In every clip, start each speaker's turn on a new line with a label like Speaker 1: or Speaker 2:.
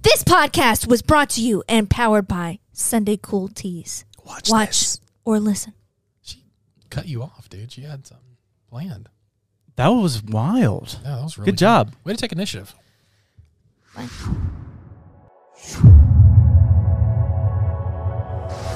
Speaker 1: podcast was brought to you and powered by Sunday Cool Teas.
Speaker 2: Watch,
Speaker 1: Watch
Speaker 2: this.
Speaker 1: or listen.
Speaker 3: Cut you off, dude. You had something planned.
Speaker 4: That was wild.
Speaker 3: Yeah, that was really
Speaker 4: Good job.
Speaker 3: Way to take initiative.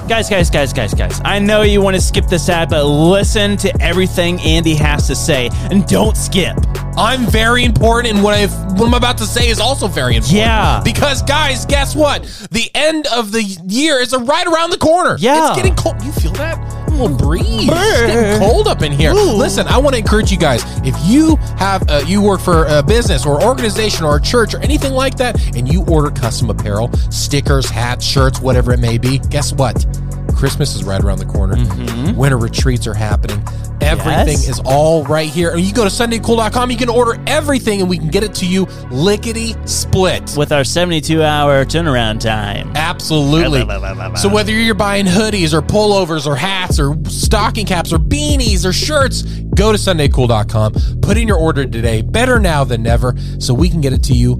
Speaker 4: Guys, guys, guys, guys, guys. I know you want to skip this ad, but listen to everything Andy has to say and don't skip.
Speaker 2: I'm very important, and what, I've, what I'm about to say is also very important.
Speaker 4: Yeah.
Speaker 2: Because, guys, guess what? The end of the year is right around the corner.
Speaker 4: Yeah.
Speaker 2: It's getting cold. You feel that? A little breeze. It's getting cold up in here. Listen, I want to encourage you guys. If you have, uh, you work for a business or organization or a church or anything like that, and you order custom apparel, stickers, hats, shirts, whatever it may be, guess what? Christmas is right around the corner. Winter retreats are happening. Everything
Speaker 4: Yes.
Speaker 2: is is all right here. And you go to sundaycool.com, you can order everything and we can get it to you lickety split.
Speaker 4: With our 72 hour turnaround time.
Speaker 2: Absolutely. So whether you're buying hoodies or pullovers or hats or stocking caps or beanies or shirts, go to sundaycool.com, put in your order today, better now than never, so we can get it to you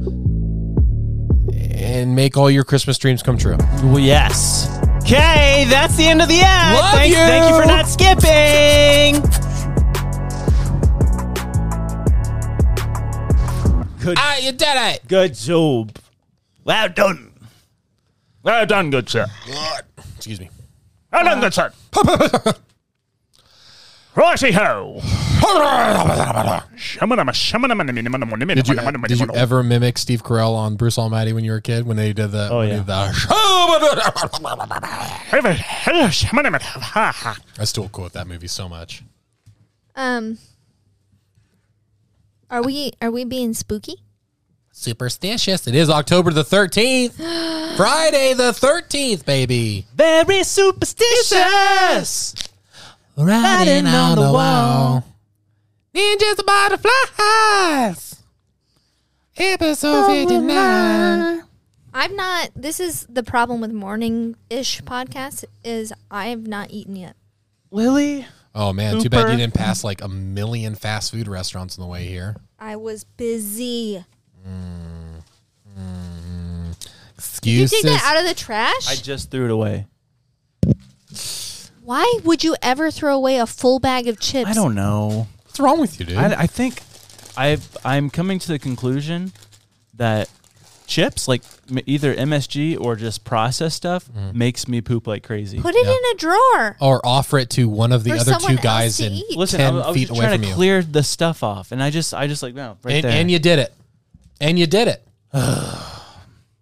Speaker 2: and make all your Christmas dreams come true.
Speaker 4: Well, yes. Okay, that's the end of the ad.
Speaker 2: Love
Speaker 4: Thanks-
Speaker 2: you.
Speaker 4: Thank you for not skipping. Good,
Speaker 2: Ah, you did it.
Speaker 4: good job. Well done.
Speaker 5: Well done, good sir.
Speaker 2: Excuse me.
Speaker 5: Well done, good sir. Righty ho.
Speaker 2: Did you, did you ever mimic Steve Carell on Bruce Almighty when you were a kid when they did the
Speaker 4: Oh,
Speaker 2: when
Speaker 4: yeah.
Speaker 2: they did the- I still quote that movie so much.
Speaker 1: Um, are we are we being spooky?
Speaker 2: Superstitious. It is October the 13th. Friday the 13th, baby.
Speaker 4: Very superstitious. Riding on the wall.
Speaker 2: Ninjas the butterflies. Episode 59.
Speaker 1: I'm not. This is the problem with morning ish podcasts is I've not eaten yet.
Speaker 4: Lily?
Speaker 2: Oh man, too bad
Speaker 4: Hooper.
Speaker 2: you didn't pass like a million fast food restaurants on the way here.
Speaker 1: I was busy. Did you
Speaker 2: Excuses.
Speaker 1: take that out of the trash?
Speaker 4: I just threw it away.
Speaker 1: Why would you ever throw away a full bag of chips?
Speaker 4: I don't know.
Speaker 2: What's wrong with you, dude?
Speaker 4: I, I think I I'm coming to the conclusion that chips, like m- either MSG or just processed stuff,
Speaker 2: Mm-hmm.
Speaker 4: makes me poop like crazy.
Speaker 1: Put it
Speaker 2: Yeah.
Speaker 1: in a drawer.
Speaker 2: or offer it to one of the
Speaker 1: For
Speaker 2: other
Speaker 1: someone
Speaker 2: two
Speaker 1: else
Speaker 2: guys
Speaker 1: to
Speaker 2: in
Speaker 1: eat.
Speaker 4: Listen,
Speaker 2: 10
Speaker 4: I, I was
Speaker 2: feet
Speaker 4: just
Speaker 2: away
Speaker 4: trying
Speaker 2: from
Speaker 4: to
Speaker 2: you.
Speaker 4: clear the stuff off, and I just I just like no right
Speaker 2: and,
Speaker 4: there.
Speaker 2: and you did it. And you did it.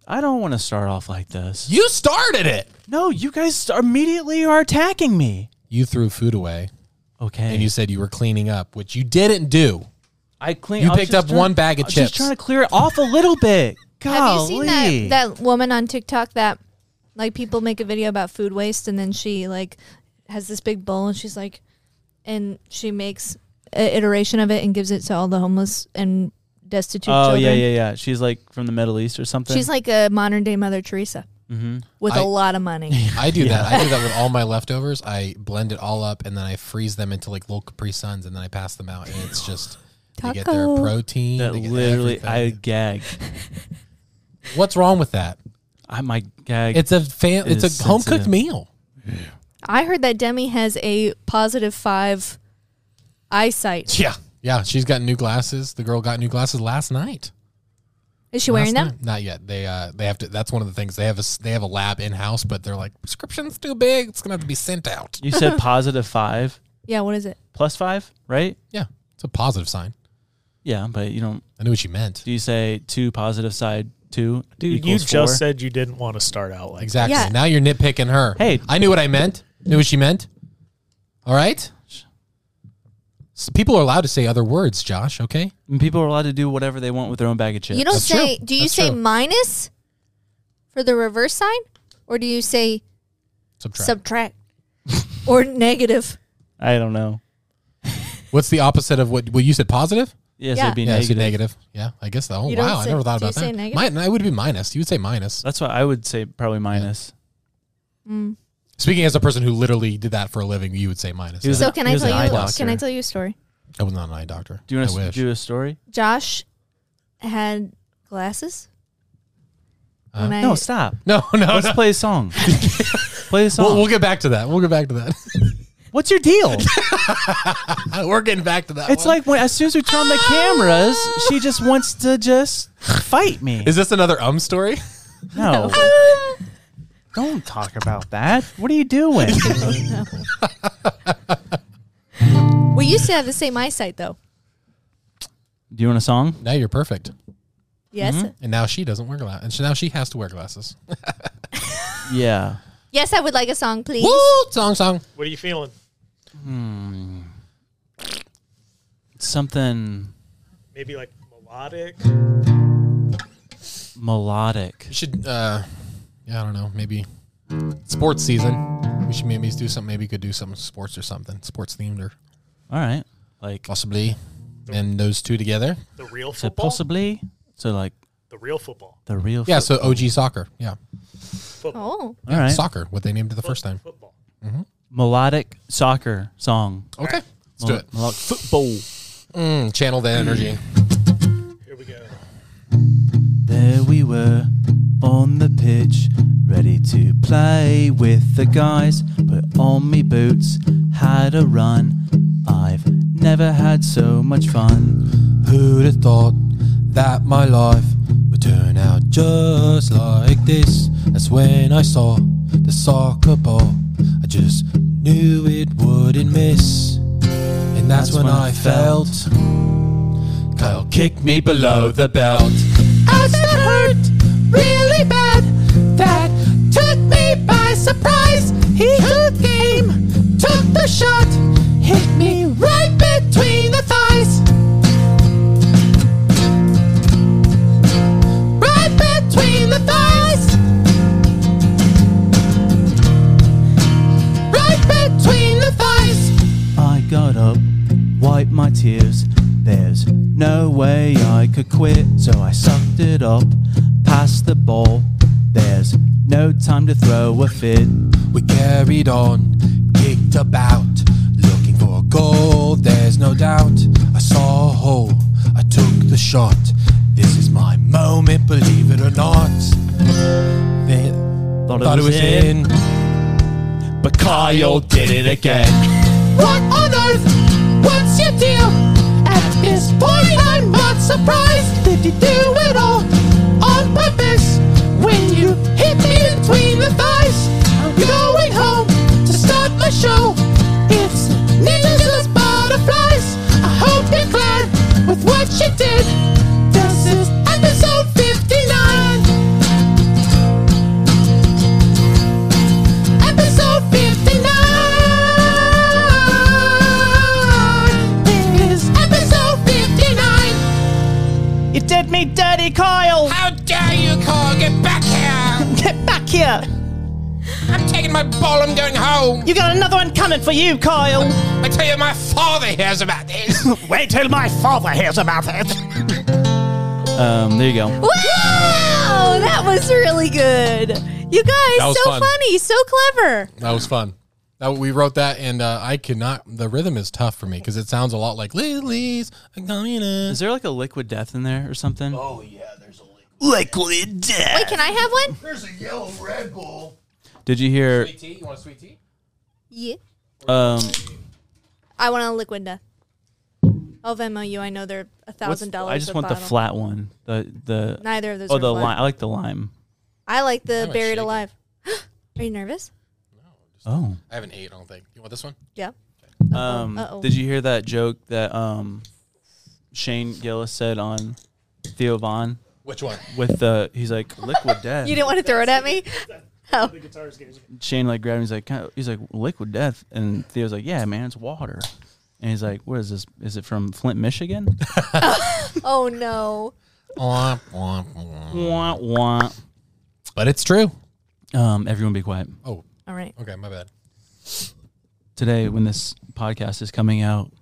Speaker 4: I don't want to start off like this.
Speaker 2: You started it.
Speaker 4: No, you guys are immediately are attacking me.
Speaker 2: You threw food away
Speaker 4: Okay,
Speaker 2: and you said you were cleaning up, which you didn't do.
Speaker 4: I clean.
Speaker 2: you
Speaker 4: I was
Speaker 2: picked
Speaker 4: just
Speaker 2: up one bag of
Speaker 4: I was
Speaker 2: chips.
Speaker 4: Just trying to clear it off a little bit. Golly.
Speaker 1: Have you seen that that woman on TikTok that like people make a video about food waste and then she like has this big bowl and she's like and she makes a iteration of it and gives it to all the homeless and destitute
Speaker 4: Oh
Speaker 1: children.
Speaker 4: yeah, yeah, yeah. She's like from the Middle East or something.
Speaker 1: She's like a modern day Mother Teresa with a
Speaker 2: Mm-hmm. I-
Speaker 1: lot of money.
Speaker 2: I do that. I do that with all my leftovers. I blend it all up and then I freeze them into like little Capri Suns and then I pass them out and it's just they get their
Speaker 1: Taco.
Speaker 2: protein.
Speaker 4: that
Speaker 2: they get
Speaker 4: literally, I
Speaker 2: everything.
Speaker 4: gag.
Speaker 2: What's wrong with that?
Speaker 4: I my gag.
Speaker 2: It's a fam-
Speaker 4: It
Speaker 2: It's
Speaker 4: is
Speaker 2: a home cooked
Speaker 4: sensitive.
Speaker 2: meal.
Speaker 1: I heard that Demi has a positive five eyesight.
Speaker 2: Yeah, yeah. She's got new glasses. The girl got new glasses last night.
Speaker 1: Is she wearing
Speaker 2: Last
Speaker 1: them?
Speaker 2: night. Not yet. They uh they have to. That's one of the things they have. A s- they have a lab in house, but they're like prescription's too big. It's gonna have to be sent out.
Speaker 4: you said positive five
Speaker 1: Yeah, what is it?
Speaker 4: plus five, right?
Speaker 2: Yeah, it's a positive sign.
Speaker 4: Yeah, but you don't.
Speaker 2: I knew what you meant.
Speaker 4: Do you say two positive side two?
Speaker 5: Dude, you
Speaker 4: equals
Speaker 5: just
Speaker 4: four?
Speaker 5: said you didn't want to start out like
Speaker 2: Exactly.
Speaker 1: Yeah.
Speaker 2: Now you're nitpicking her.
Speaker 4: Hey.
Speaker 2: I knew what I meant. Knew what she meant. All right. So people are allowed to say other words, Josh. Okay.
Speaker 4: And people are allowed to do whatever they want with their own bag of chips.
Speaker 1: You don't
Speaker 2: That's
Speaker 1: say.
Speaker 2: true.
Speaker 1: Do you
Speaker 2: That's
Speaker 1: say
Speaker 2: true.
Speaker 1: minus for the reverse sign, or do you say
Speaker 2: Subtract.
Speaker 1: subtract or negative?
Speaker 4: I don't know.
Speaker 2: What's the opposite of what? Well, you said positive.
Speaker 4: Yes,
Speaker 1: Yeah.
Speaker 4: it'd be
Speaker 2: yeah,
Speaker 4: negative.
Speaker 2: negative. negative. Yeah, I guess. that. Oh
Speaker 1: You don't
Speaker 2: wow,
Speaker 1: say-
Speaker 2: I never thought
Speaker 1: do you
Speaker 2: about
Speaker 1: say
Speaker 2: that.
Speaker 1: negative?
Speaker 2: Mine, I would be minus. You would say minus.
Speaker 4: That's what I would say. Probably minus.
Speaker 2: Speaking as a person who literally did that for a living, you would say minus.
Speaker 4: He was
Speaker 2: yeah.
Speaker 1: So
Speaker 4: an-
Speaker 1: can
Speaker 4: he
Speaker 1: I
Speaker 4: was an
Speaker 1: tell
Speaker 4: eye
Speaker 1: you?
Speaker 4: doctor.
Speaker 1: Can I tell you a story?
Speaker 2: I was not an eye doctor.
Speaker 4: Do you want
Speaker 2: I
Speaker 4: to
Speaker 2: wish.
Speaker 4: do a story?
Speaker 1: Josh had glasses, when I
Speaker 4: Uh, No, stop.
Speaker 2: No, no,
Speaker 4: Let's
Speaker 2: no.
Speaker 4: play a song. play a song.
Speaker 2: We'll, we'll get back to that. We'll get back to that.
Speaker 4: What's your deal?
Speaker 2: We're getting back to that.
Speaker 4: It's
Speaker 2: one.
Speaker 4: like when as soon as we turn on
Speaker 1: Oh.
Speaker 4: the cameras, she just wants to just fight me.
Speaker 2: is this another um story?
Speaker 4: no. Don't talk about that. What are you doing?
Speaker 1: we used to have the same eyesight though.
Speaker 4: Do you want a song?
Speaker 2: Now you're perfect,
Speaker 1: Yes,
Speaker 4: Mm-hmm.
Speaker 2: and now she doesn't wear glasses, and so now she has to wear glasses.
Speaker 4: Yeah.
Speaker 1: yes, I would like a song, please.
Speaker 2: Woo! Song, song.
Speaker 6: What are you feeling?
Speaker 4: Something
Speaker 6: Maybe like melodic.
Speaker 4: melodic.
Speaker 2: You should. uh Yeah, I don't know. Maybe sports season. We should maybe do something. Maybe you could do something sports or something sports themed or
Speaker 4: All right. Like
Speaker 2: possibly, and those two together.
Speaker 6: The real
Speaker 4: so
Speaker 6: football.
Speaker 4: possibly so like
Speaker 6: the real football.
Speaker 4: the real
Speaker 2: Yeah. So OG soccer. Yeah.
Speaker 6: Football.
Speaker 1: Oh,
Speaker 4: All right.
Speaker 2: Soccer. What they named it the first time.
Speaker 6: Football.
Speaker 4: melodic soccer song.
Speaker 2: Okay. Let's do it.
Speaker 4: Melo- football.
Speaker 2: Mm, channel that energy.
Speaker 6: Here we go.
Speaker 4: There we were on the pitch, ready to play with the guys. Put on me boots, had a run. I've never had so much fun.
Speaker 2: Who'd have thought that my life would turn out just like this? That's when I saw the soccer ball. I just knew it wouldn't miss. And that's, when, I felt Kyle kicked me below the belt. Ouch, that hurt really bad. That took me by surprise. He took aim, took the shot, hit me right between the thighs. right between the thighs. Right between the thighs.
Speaker 4: I got up, wiped my tears. There's no way I could quit, so I sucked it up, passed the ball. There's no time to throw a fit.
Speaker 2: We carried on, kicked about, looking for a goal, there's no doubt. I saw a hole, I took the shot. This is my moment, believe it or not. They thought it was in.
Speaker 4: but Kyle did it again.
Speaker 2: What on earth? What's your deal? At this point, I'm not surprised. Did you do it all on purpose? When you hit me between the thighs, I'm going home to start my show. It's ninjas butterflies. I hope you're glad with what you did. This is episode 59. Episode 59. This is episode 59.
Speaker 4: You did me dirty, Kyle!
Speaker 7: How dare you, Cole? Get back here!
Speaker 4: Get back here!
Speaker 7: I'm taking my ball, I'm going home.
Speaker 4: You got another one coming for you, Kyle!
Speaker 7: I tell you, my father hears about this.
Speaker 6: Wait till my father hears about it.
Speaker 4: Um, there you go.
Speaker 1: wow, that was really good. You
Speaker 2: That
Speaker 1: guys,
Speaker 2: was
Speaker 1: so
Speaker 2: fun.
Speaker 1: funny, so clever.
Speaker 2: That was fun. That, we wrote that, and uh, I could not. The rhythm is tough for me because it sounds a lot like Lily's a communist.
Speaker 4: Is there like a liquid death in there or something? Oh.
Speaker 6: Liquid
Speaker 1: Wait,
Speaker 6: death.
Speaker 1: can I have one?
Speaker 4: Did you hear?
Speaker 2: tea? You want a sweet tea?
Speaker 1: Yeah,
Speaker 4: Um,
Speaker 1: I want a liquid death. I'll Venmo you. I know they're a
Speaker 4: what's-
Speaker 1: thousand dollars.
Speaker 4: I just
Speaker 1: a
Speaker 4: want the
Speaker 1: bottle.
Speaker 4: flat one. The the
Speaker 1: Neither of those.
Speaker 4: oh
Speaker 1: are
Speaker 4: the
Speaker 1: flat.
Speaker 4: lime. I like the lime.
Speaker 1: I like the
Speaker 2: might
Speaker 1: buried
Speaker 2: shake it.
Speaker 1: alive. Are you nervous?
Speaker 4: Oh.
Speaker 2: I haven't ate. I don't think. You want this one?
Speaker 1: Yeah.
Speaker 4: Um,
Speaker 1: Uh-oh.
Speaker 4: did you hear that joke that um, Shane Gillis said on Theo Vaughn
Speaker 2: Which one?
Speaker 4: with the he's like liquid death.
Speaker 1: You didn't want to throw it at me. Oh,
Speaker 4: Shane like grabbed him. He's like "Kinda-" he's like liquid death, and Theo's like yeah man it's water, and he's like what is this? Is it from Flint, Michigan?
Speaker 1: oh no.
Speaker 2: Womp, womp, womp.
Speaker 4: wah, wah.
Speaker 2: But it's true.
Speaker 4: Um, everyone be quiet.
Speaker 2: Oh,
Speaker 1: All right.
Speaker 2: okay. My bad.
Speaker 4: today when this podcast is coming out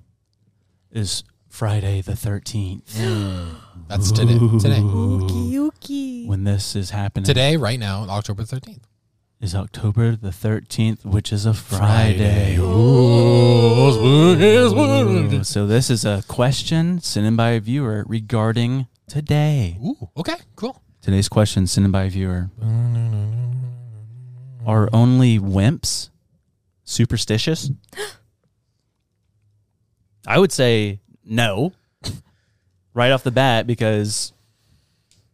Speaker 4: is Friday the 13th.
Speaker 2: That's today. Today.
Speaker 1: Yuki.
Speaker 4: When this is happening
Speaker 2: Today, right now, October thirteenth.
Speaker 4: is October the 13th, which is a Friday. Ooh, So this is a question sent in by a viewer regarding today.
Speaker 2: Ooh. Okay. Cool.
Speaker 4: Today's question sent in by a viewer. Are only wimps superstitious? I would say no. Right off the bat because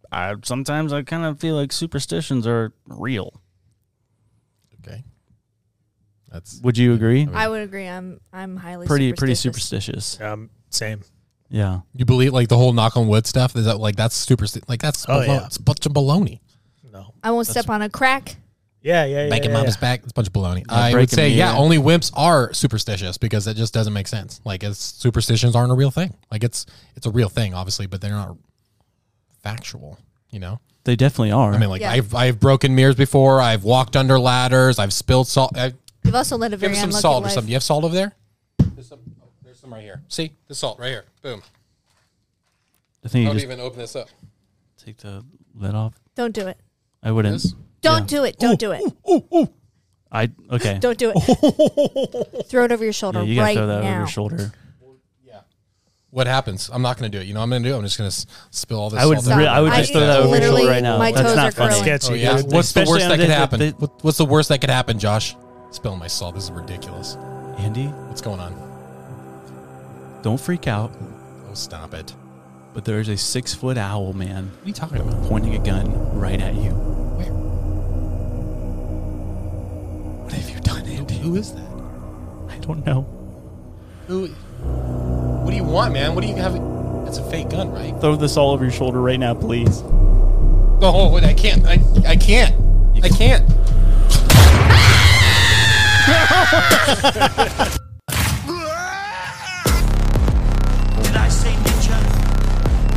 Speaker 4: I sometimes I kind of feel like superstitions are real.
Speaker 3: Okay. That's
Speaker 4: Would you agree?
Speaker 1: I would agree. I'm I'm highly
Speaker 4: Pretty pretty
Speaker 1: superstitious.
Speaker 4: superstitious.
Speaker 6: Um, same.
Speaker 4: Yeah.
Speaker 3: you believe like the whole knock on wood stuff is that like that's super like that's
Speaker 6: Oh,
Speaker 3: baloney.
Speaker 6: yeah.
Speaker 3: it's a bunch of baloney.
Speaker 6: No.
Speaker 1: I won't step on a crack.
Speaker 6: Yeah, yeah, yeah.
Speaker 3: Bacon
Speaker 6: yeah,
Speaker 3: mama's
Speaker 6: yeah.
Speaker 3: back. It's a bunch of baloney. I would
Speaker 4: breaking
Speaker 3: say,
Speaker 4: me,
Speaker 3: yeah,
Speaker 4: yeah.
Speaker 3: only wimps are superstitious because it just doesn't make sense. Like, it's, superstitions aren't a real thing. Like, it's it's a real thing, obviously, but they're not factual. You know,
Speaker 4: They definitely are.
Speaker 3: I mean, like
Speaker 1: Yeah.
Speaker 3: I've I've broken mirrors before. I've walked under ladders. I've spilled salt. I,
Speaker 1: You've also led a
Speaker 3: give
Speaker 1: very
Speaker 3: me some
Speaker 1: unlucky
Speaker 3: salt or
Speaker 1: life.
Speaker 3: something. You have salt over there? There's some. oh, there's some right here. See, the salt right here. Boom.
Speaker 4: I
Speaker 3: I
Speaker 4: think you
Speaker 3: don't
Speaker 4: just
Speaker 3: even open this up.
Speaker 4: take the lid off.
Speaker 1: Don't do it.
Speaker 4: I wouldn't.
Speaker 1: Don't do it. Don't do it.
Speaker 4: I okay.
Speaker 1: Don't do it. throw it over your shoulder
Speaker 4: Yeah, you gotta
Speaker 1: right
Speaker 4: throw that
Speaker 1: now.
Speaker 4: over your shoulder.
Speaker 3: What happens? I'm not going to do it. You know, what I'm going to do. I'm just going to s- spill all this.
Speaker 4: I would,
Speaker 3: salt
Speaker 5: Oh,
Speaker 1: Stop.
Speaker 4: re- I would
Speaker 1: I
Speaker 4: just throw that over your
Speaker 1: literally-
Speaker 4: shoulder right now.
Speaker 1: my
Speaker 4: That's
Speaker 1: toes are
Speaker 4: not funny.
Speaker 1: curling.
Speaker 6: Sketchy.
Speaker 3: Oh, yeah.
Speaker 6: They-
Speaker 3: What's the
Speaker 4: especially
Speaker 3: worst
Speaker 4: on
Speaker 3: that could
Speaker 4: the-
Speaker 3: happen?
Speaker 4: the-
Speaker 3: What- What's the worst that could happen, Josh? Spilling my salt. This is ridiculous.
Speaker 4: Andy,
Speaker 3: What's going on?
Speaker 4: don't freak out.
Speaker 3: Oh, stop it. What
Speaker 4: But there is a six foot owl man
Speaker 3: are you talking about?
Speaker 4: pointing a gun right at you.
Speaker 3: What have you done, Andy? Who is that?
Speaker 4: I don't know.
Speaker 3: Who? What do you want, man? What do you have? That's a fake gun, right?
Speaker 4: Throw this all over your shoulder right now, please.
Speaker 3: Oh, wait, I can't. I, I can't. I can't.
Speaker 8: Did I say ninja?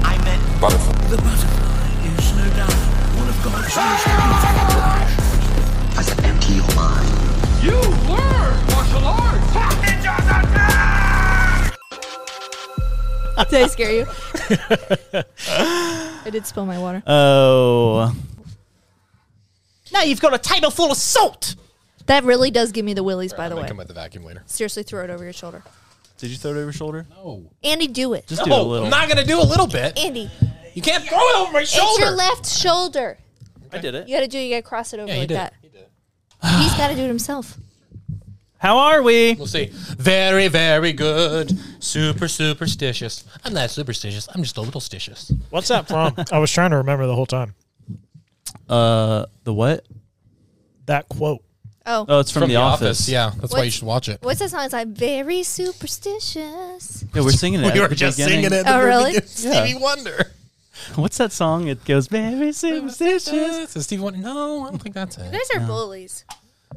Speaker 8: I meant butterfly. The butterfly is no doubt one of God's most beautiful. Does it empty your mind? You learn martial arts. Fuck ninjas are
Speaker 1: Did I scare you? I did spill my water.
Speaker 4: Oh.
Speaker 5: Now you've got a table full of salt.
Speaker 1: that really does give me the willies, by
Speaker 3: I'm
Speaker 1: the
Speaker 3: gonna
Speaker 1: way.
Speaker 3: come with the vacuum later.
Speaker 1: Seriously, throw it over your shoulder.
Speaker 4: Did you throw it over your shoulder?
Speaker 3: No.
Speaker 1: Andy, do it.
Speaker 4: Just do a
Speaker 3: Oh,
Speaker 4: little.
Speaker 3: I'm not gonna do a little bit.
Speaker 1: Andy,
Speaker 3: You can't throw it over my
Speaker 1: it's
Speaker 3: shoulder.
Speaker 1: your left shoulder.
Speaker 4: I did it.
Speaker 1: You gotta do. You gotta cross it over
Speaker 3: Yeah, he
Speaker 1: like
Speaker 3: did.
Speaker 1: that.
Speaker 3: He did.
Speaker 1: He's gotta do it himself.
Speaker 4: How are we?
Speaker 3: We'll see. Very, very good. Super superstitious. I'm not superstitious. I'm just a little stitious.
Speaker 6: What's that from? I was trying to remember the whole time.
Speaker 4: Uh, the what?
Speaker 6: That quote.
Speaker 1: Oh,
Speaker 4: Oh, it's from, the, office.
Speaker 3: Yeah, that's why you
Speaker 1: What's-
Speaker 3: should watch it.
Speaker 1: what's that song? It's like very superstitious.
Speaker 4: Yeah, we're singing it.
Speaker 3: We
Speaker 4: at
Speaker 3: were
Speaker 4: the
Speaker 3: just
Speaker 4: beginning.
Speaker 3: singing it.
Speaker 1: Oh, really?
Speaker 4: Yeah.
Speaker 3: Stevie Wonder.
Speaker 4: What's that song? It goes very superstitious.
Speaker 3: It's a Stevie Wonder. No, I don't think that's it.
Speaker 1: Those are bullies.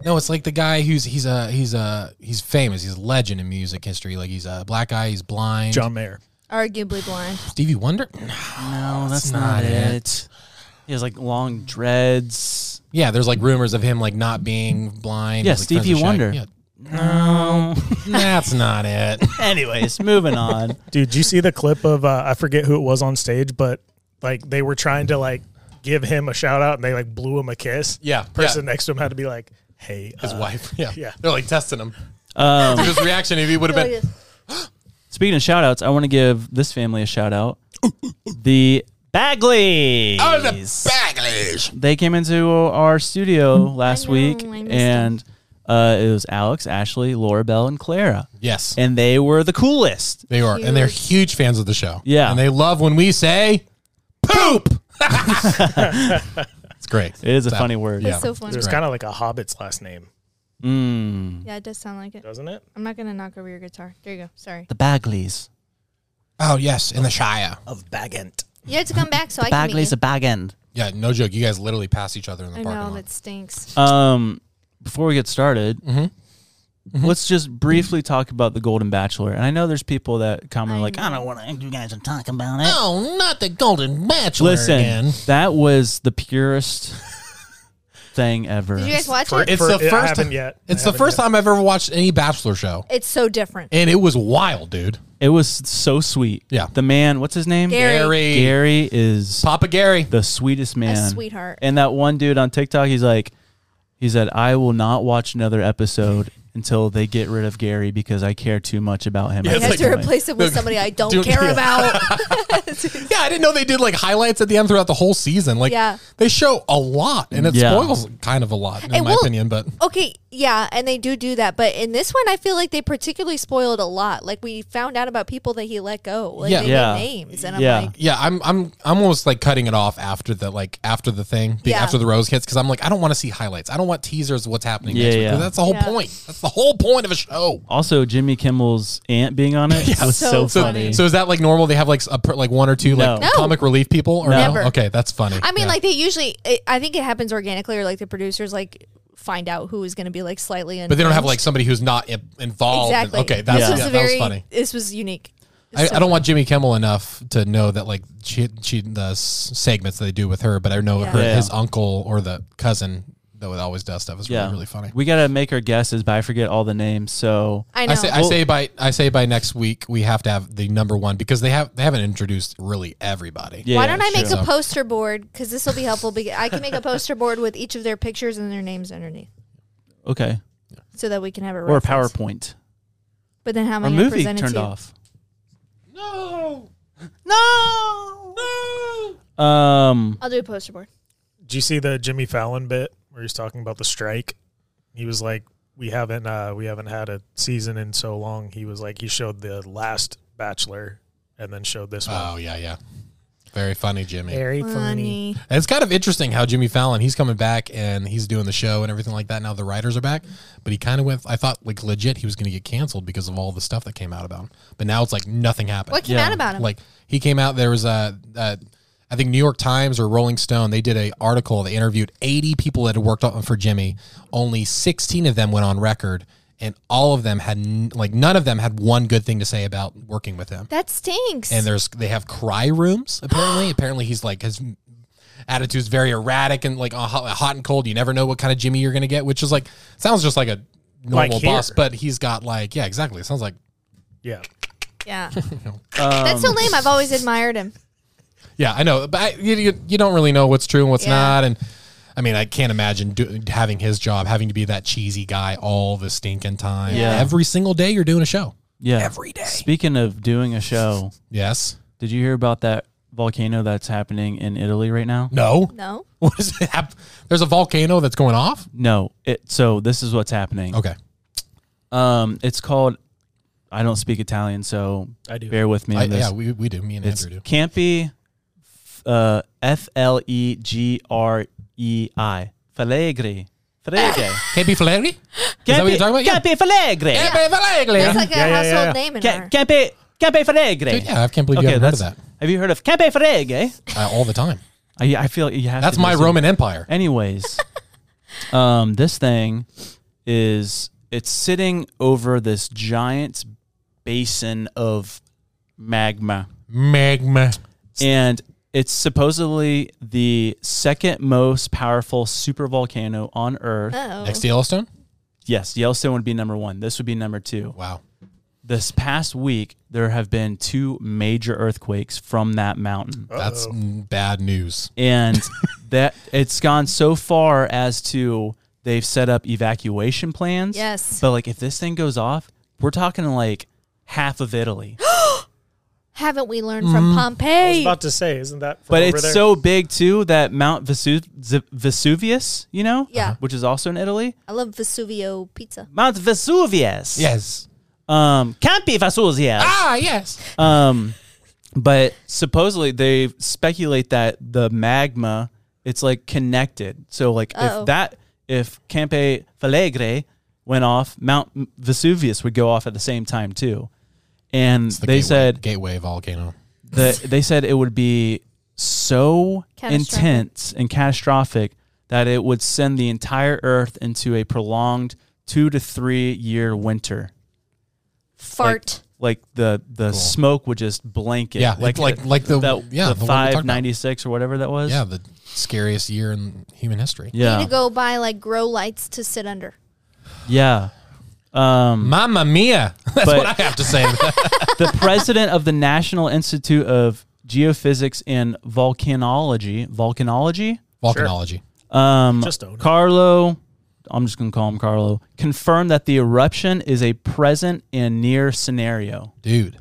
Speaker 3: No, it's like the guy who's he's a he's a he's famous. He's a legend in music history. Like he's a black guy. He's blind.
Speaker 6: John Mayer.
Speaker 1: Arguably blind.
Speaker 3: Stevie Wonder.
Speaker 4: No, that's,
Speaker 3: not
Speaker 4: not, it. He has like long dreads.
Speaker 3: Yeah, there's like rumors of him like not being blind.
Speaker 4: Yeah,
Speaker 3: He's, like, friends
Speaker 4: Stevie
Speaker 3: with Shaq.
Speaker 4: Wonder.
Speaker 3: Yeah,
Speaker 4: No.
Speaker 3: that's not it.
Speaker 4: Anyways, moving on.
Speaker 6: Dude, did you see the clip of uh, I forget who it was on stage, but like they were trying to like give him a shout out and they like blew him a kiss.
Speaker 3: Yeah,
Speaker 6: Person
Speaker 3: yeah.
Speaker 6: next to him had to be like, "Hey,
Speaker 3: His
Speaker 6: uh,
Speaker 3: wife. Yeah,
Speaker 6: yeah.
Speaker 3: They're like testing him.
Speaker 4: Um,
Speaker 3: His reaction if he would have been.
Speaker 4: Speaking of shout outs, I want to give this family a shout out. the Bagleys.
Speaker 3: Oh, the Baglish.
Speaker 4: They came into our studio last
Speaker 1: know,
Speaker 4: week
Speaker 1: I missed
Speaker 4: and uh, it was Alex, Ashley, Laura Bell, and Clara.
Speaker 3: Yes,
Speaker 4: And they were the coolest.
Speaker 3: they are, and they're huge fans of the show.
Speaker 4: Yeah.
Speaker 3: and they love when we say poop. it's great.
Speaker 4: It is a
Speaker 3: That-
Speaker 4: funny word.
Speaker 3: Yeah.
Speaker 1: It's so funny.
Speaker 6: It's kind of like a hobbit's last name,
Speaker 4: Mm.
Speaker 1: Yeah, it does sound like it.
Speaker 6: doesn't it?
Speaker 1: I'm not gonna knock over your guitar. There you go. Sorry.
Speaker 4: The Bagleys.
Speaker 3: Oh yes, in the Shire.
Speaker 6: Of Bagant.
Speaker 1: You have to come back so I can meet
Speaker 4: Bagleys
Speaker 1: you.
Speaker 4: a bag end.
Speaker 3: Yeah, no joke. You guys literally pass each other in the
Speaker 1: I
Speaker 3: parking lot.
Speaker 1: know that stinks.
Speaker 4: Um, before we get started, let's just briefly talk about the Golden Bachelor. And I know there's people that comment like, I don't want to, you guys are talking about it.
Speaker 3: Oh, not the Golden Bachelor
Speaker 4: Listen, that was the purest thing ever.
Speaker 1: Did you guys watch it?
Speaker 3: It's
Speaker 6: For-
Speaker 3: the
Speaker 6: yeah, I
Speaker 3: first.
Speaker 6: haven't yet.
Speaker 3: It's the
Speaker 6: I haven't
Speaker 3: first
Speaker 6: yet.
Speaker 3: time I've ever watched any Bachelor show,
Speaker 1: It's so different.
Speaker 3: and it was wild, dude.
Speaker 4: It was so sweet.
Speaker 3: Yeah.
Speaker 4: The man, what's his name?
Speaker 1: Gary.
Speaker 3: Gary.
Speaker 4: Gary is
Speaker 3: Papa Gary.
Speaker 4: the sweetest man.
Speaker 1: sweetheart.
Speaker 4: And that one dude on TikTok, he's like, he said, I will not watch another episode until they get rid of Gary because I care too much about him.
Speaker 1: I
Speaker 4: at
Speaker 1: had
Speaker 4: this
Speaker 1: to
Speaker 4: point.
Speaker 1: replace it with somebody I don't
Speaker 3: Dude,
Speaker 1: care
Speaker 3: yeah.
Speaker 1: about.
Speaker 3: Yeah, I didn't know they did like highlights at the end throughout the whole season. Like,
Speaker 1: Yeah.
Speaker 3: they show a lot, and it
Speaker 4: Yeah.
Speaker 3: spoils kind of a lot in
Speaker 1: It
Speaker 3: my
Speaker 1: will- Oh.
Speaker 3: opinion. But
Speaker 1: Okay, yeah, and they do do that, but in this one, I feel like they particularly spoiled a lot. Like we found out about people that he let go, like
Speaker 3: Yeah.
Speaker 1: they
Speaker 4: Yeah.
Speaker 1: gave names, and I'm
Speaker 4: Yeah.
Speaker 1: like,
Speaker 3: yeah, I'm I'm I'm almost like cutting it off after the like after the thing be-
Speaker 1: Yeah.
Speaker 3: after the rose hits because I'm like I don't want to see highlights. I don't want teasers of what's happening.
Speaker 4: Yeah,
Speaker 3: next week,
Speaker 4: yeah.
Speaker 3: 'cause That's the whole
Speaker 1: Yeah.
Speaker 3: point. That's the whole point of a show.
Speaker 4: Also, Jimmy Kimmel's aunt being on it was
Speaker 1: So
Speaker 4: so, funny.
Speaker 1: funny.
Speaker 3: So is that like normal? They have like s- a, per- like one or two like
Speaker 4: No.
Speaker 3: comic relief people or
Speaker 4: No.
Speaker 3: no?
Speaker 1: Never.
Speaker 3: Okay, that's funny.
Speaker 1: I mean,
Speaker 3: Yeah.
Speaker 1: like they usually, it, I think it happens organically, or like the producers like find out who is going to be like slightly,
Speaker 3: but they don't have
Speaker 1: unhinged.
Speaker 3: like somebody who's not i- involved. in-
Speaker 1: exactly.
Speaker 3: okay, that's
Speaker 1: this
Speaker 4: Yeah.
Speaker 1: was
Speaker 3: yeah,
Speaker 1: a
Speaker 3: that was
Speaker 1: very,
Speaker 3: funny.
Speaker 1: This was unique.
Speaker 3: I,
Speaker 1: So-
Speaker 3: I don't want Jimmy Kimmel enough to know that like she she the s- segments they do with her, but I know
Speaker 1: Yeah.
Speaker 3: her
Speaker 4: Yeah.
Speaker 3: his uncle or the cousin that would always does stuff is really really funny.
Speaker 4: We gotta make our guesses, but I forget all the names. So
Speaker 1: I know.
Speaker 3: I say I say by I say by next week we have to have the number one because they have they haven't introduced really everybody.
Speaker 4: yeah,
Speaker 1: Why don't I make
Speaker 4: sure.
Speaker 1: a poster board? Because this will be helpful. Because I can make a poster board with each of their pictures and their names underneath,
Speaker 4: okay
Speaker 1: so that we can have a
Speaker 4: or a
Speaker 1: reference.
Speaker 4: PowerPoint
Speaker 1: But then how am I
Speaker 4: or
Speaker 1: going to
Speaker 4: movie
Speaker 1: present it to
Speaker 4: turned
Speaker 1: you?
Speaker 4: off?
Speaker 3: No.
Speaker 4: Um,
Speaker 1: I'll do a poster board.
Speaker 6: Did you see the Jimmy Fallon bit where he was talking about the strike? He was like, "We haven't uh, we haven't had a season in so long." He was like, he showed the last Bachelor and then showed this one.
Speaker 3: Oh yeah, yeah. Very funny, Jimmy.
Speaker 6: Very
Speaker 1: Funny.
Speaker 3: And It's kind of interesting how Jimmy Fallon he's coming back and he's doing the show and everything like that. Now the writers are back, but he kind of went. I thought like legit he was going to get canceled because of all the stuff that came out about him. But now it's like nothing happened.
Speaker 1: What came
Speaker 4: Yeah.
Speaker 1: out about him?
Speaker 3: Like he came out. There was a, a I think New York Times or Rolling Stone. They did a article. They interviewed eighty people that had worked on for Jimmy. Only sixteen of them went on record, and all of them had n- like none of them had one good thing to say about working with him.
Speaker 1: that stinks.
Speaker 3: And there's they have cry rooms apparently. apparently he's like his attitude's very erratic and like uh, hot, hot and cold. You never know what kind of Jimmy you're gonna get, which is like sounds just like a
Speaker 6: Like
Speaker 3: normal boss,
Speaker 6: here.
Speaker 3: but he's got like yeah exactly. It sounds like
Speaker 6: Yeah,
Speaker 1: yeah,
Speaker 4: um,
Speaker 1: that's so lame. I've always admired him.
Speaker 3: Yeah, I know, but I, you, you you don't really know what's true and what's
Speaker 1: Yeah.
Speaker 3: not, and I mean, I can't imagine do, having his job, having to be that cheesy guy all the stinking time.
Speaker 4: Yeah.
Speaker 3: every single day you're doing a show.
Speaker 4: yeah. Every day. Speaking of doing a show,
Speaker 3: Yes.
Speaker 4: did you hear about that volcano that's happening in Italy right now?
Speaker 3: No.
Speaker 1: No,
Speaker 3: What is it? hap- There's a volcano that's going off.
Speaker 4: No. It. So this is what's happening.
Speaker 3: Okay.
Speaker 4: Um, it's called. I don't speak Italian, so
Speaker 6: I do.
Speaker 4: bear with me on
Speaker 3: I,
Speaker 4: this.
Speaker 3: yeah, we, we do. Me and
Speaker 4: It's
Speaker 3: Andrew do.
Speaker 4: Campy, uh, F L E G R E I. Falegre. Falegre.
Speaker 3: Campy Flaherty? Is that what you're talking about? Yeah.
Speaker 4: Campy Falegre.
Speaker 3: Campy Flaherty.
Speaker 1: that's like a
Speaker 6: Yeah, yeah,
Speaker 1: household
Speaker 6: yeah.
Speaker 1: name in
Speaker 4: Ca-
Speaker 1: her.
Speaker 4: Campe, Campe Falegre.
Speaker 3: Dude, yeah, I can't believe you
Speaker 4: Okay,
Speaker 3: haven't heard of
Speaker 4: that's.
Speaker 3: that
Speaker 4: Have you heard of Campe Falegre?
Speaker 3: uh, all the time.
Speaker 4: I, I feel you have.
Speaker 3: That's
Speaker 4: to
Speaker 3: my
Speaker 4: do some-
Speaker 3: Roman Empire.
Speaker 4: Anyways, um, this thing is it's sitting over this giant basin of magma.
Speaker 3: Magma.
Speaker 4: and it's supposedly the second most powerful supervolcano on Earth.
Speaker 1: Oh,
Speaker 3: Next to Yellowstone?
Speaker 4: Yes, Yellowstone would be number one. This would be number two.
Speaker 3: Wow.
Speaker 4: This past week, there have been two major earthquakes from that mountain,
Speaker 3: That's
Speaker 4: Oh.
Speaker 3: mm, bad news.
Speaker 4: and that it's gone so far as to they've set up evacuation plans.
Speaker 1: Yes.
Speaker 4: but like if this thing goes off, we're talking like half of Italy.
Speaker 1: haven't we learned from
Speaker 3: Mm-hmm.
Speaker 6: I was
Speaker 1: Pompeii?
Speaker 6: about to say, isn't that? From
Speaker 4: But
Speaker 6: over
Speaker 4: it's
Speaker 6: there?
Speaker 4: so big too that Mount Vesu- Z- Vesuvius, you know,
Speaker 1: Yeah.
Speaker 4: which is also in Italy,
Speaker 1: I love Vesuvio pizza.
Speaker 4: Mount Vesuvius.
Speaker 3: Yes.
Speaker 4: Um, can't be Vesuvius.
Speaker 3: Ah, yes.
Speaker 4: Um, but supposedly they speculate that the magma it's like connected. So like
Speaker 1: Uh-oh.
Speaker 4: if that if Campe Falegre went off, Mount Vesuvius would go off at the same time too. And
Speaker 3: The
Speaker 4: they
Speaker 3: gateway-
Speaker 4: said
Speaker 3: gateway volcano.
Speaker 4: that they said it would be so
Speaker 1: Catastrophic.
Speaker 4: intense and catastrophic that it would send the entire earth into a prolonged 2 to 3 year winter
Speaker 1: Fart.
Speaker 4: like the the smoke would just blanket.
Speaker 3: Yeah, like- like- like the-
Speaker 4: that-
Speaker 3: yeah,
Speaker 4: the
Speaker 3: the one we talked about.
Speaker 4: five ninety six or whatever that was.
Speaker 3: Yeah, the scariest year in human history.
Speaker 1: Need
Speaker 4: yeah,
Speaker 1: to go buy like grow lights to sit under.
Speaker 4: yeah. Um,
Speaker 3: Mamma mia. That's
Speaker 4: But-
Speaker 3: what I have to say.
Speaker 4: the president of the National Institute of Geophysics and Volcanology, volcanology,
Speaker 3: Volcanology.
Speaker 4: um,
Speaker 6: Just own it.
Speaker 4: Carlo I'm just gonna call him Carlo. Confirmed that the eruption is a present and near scenario.
Speaker 3: dude.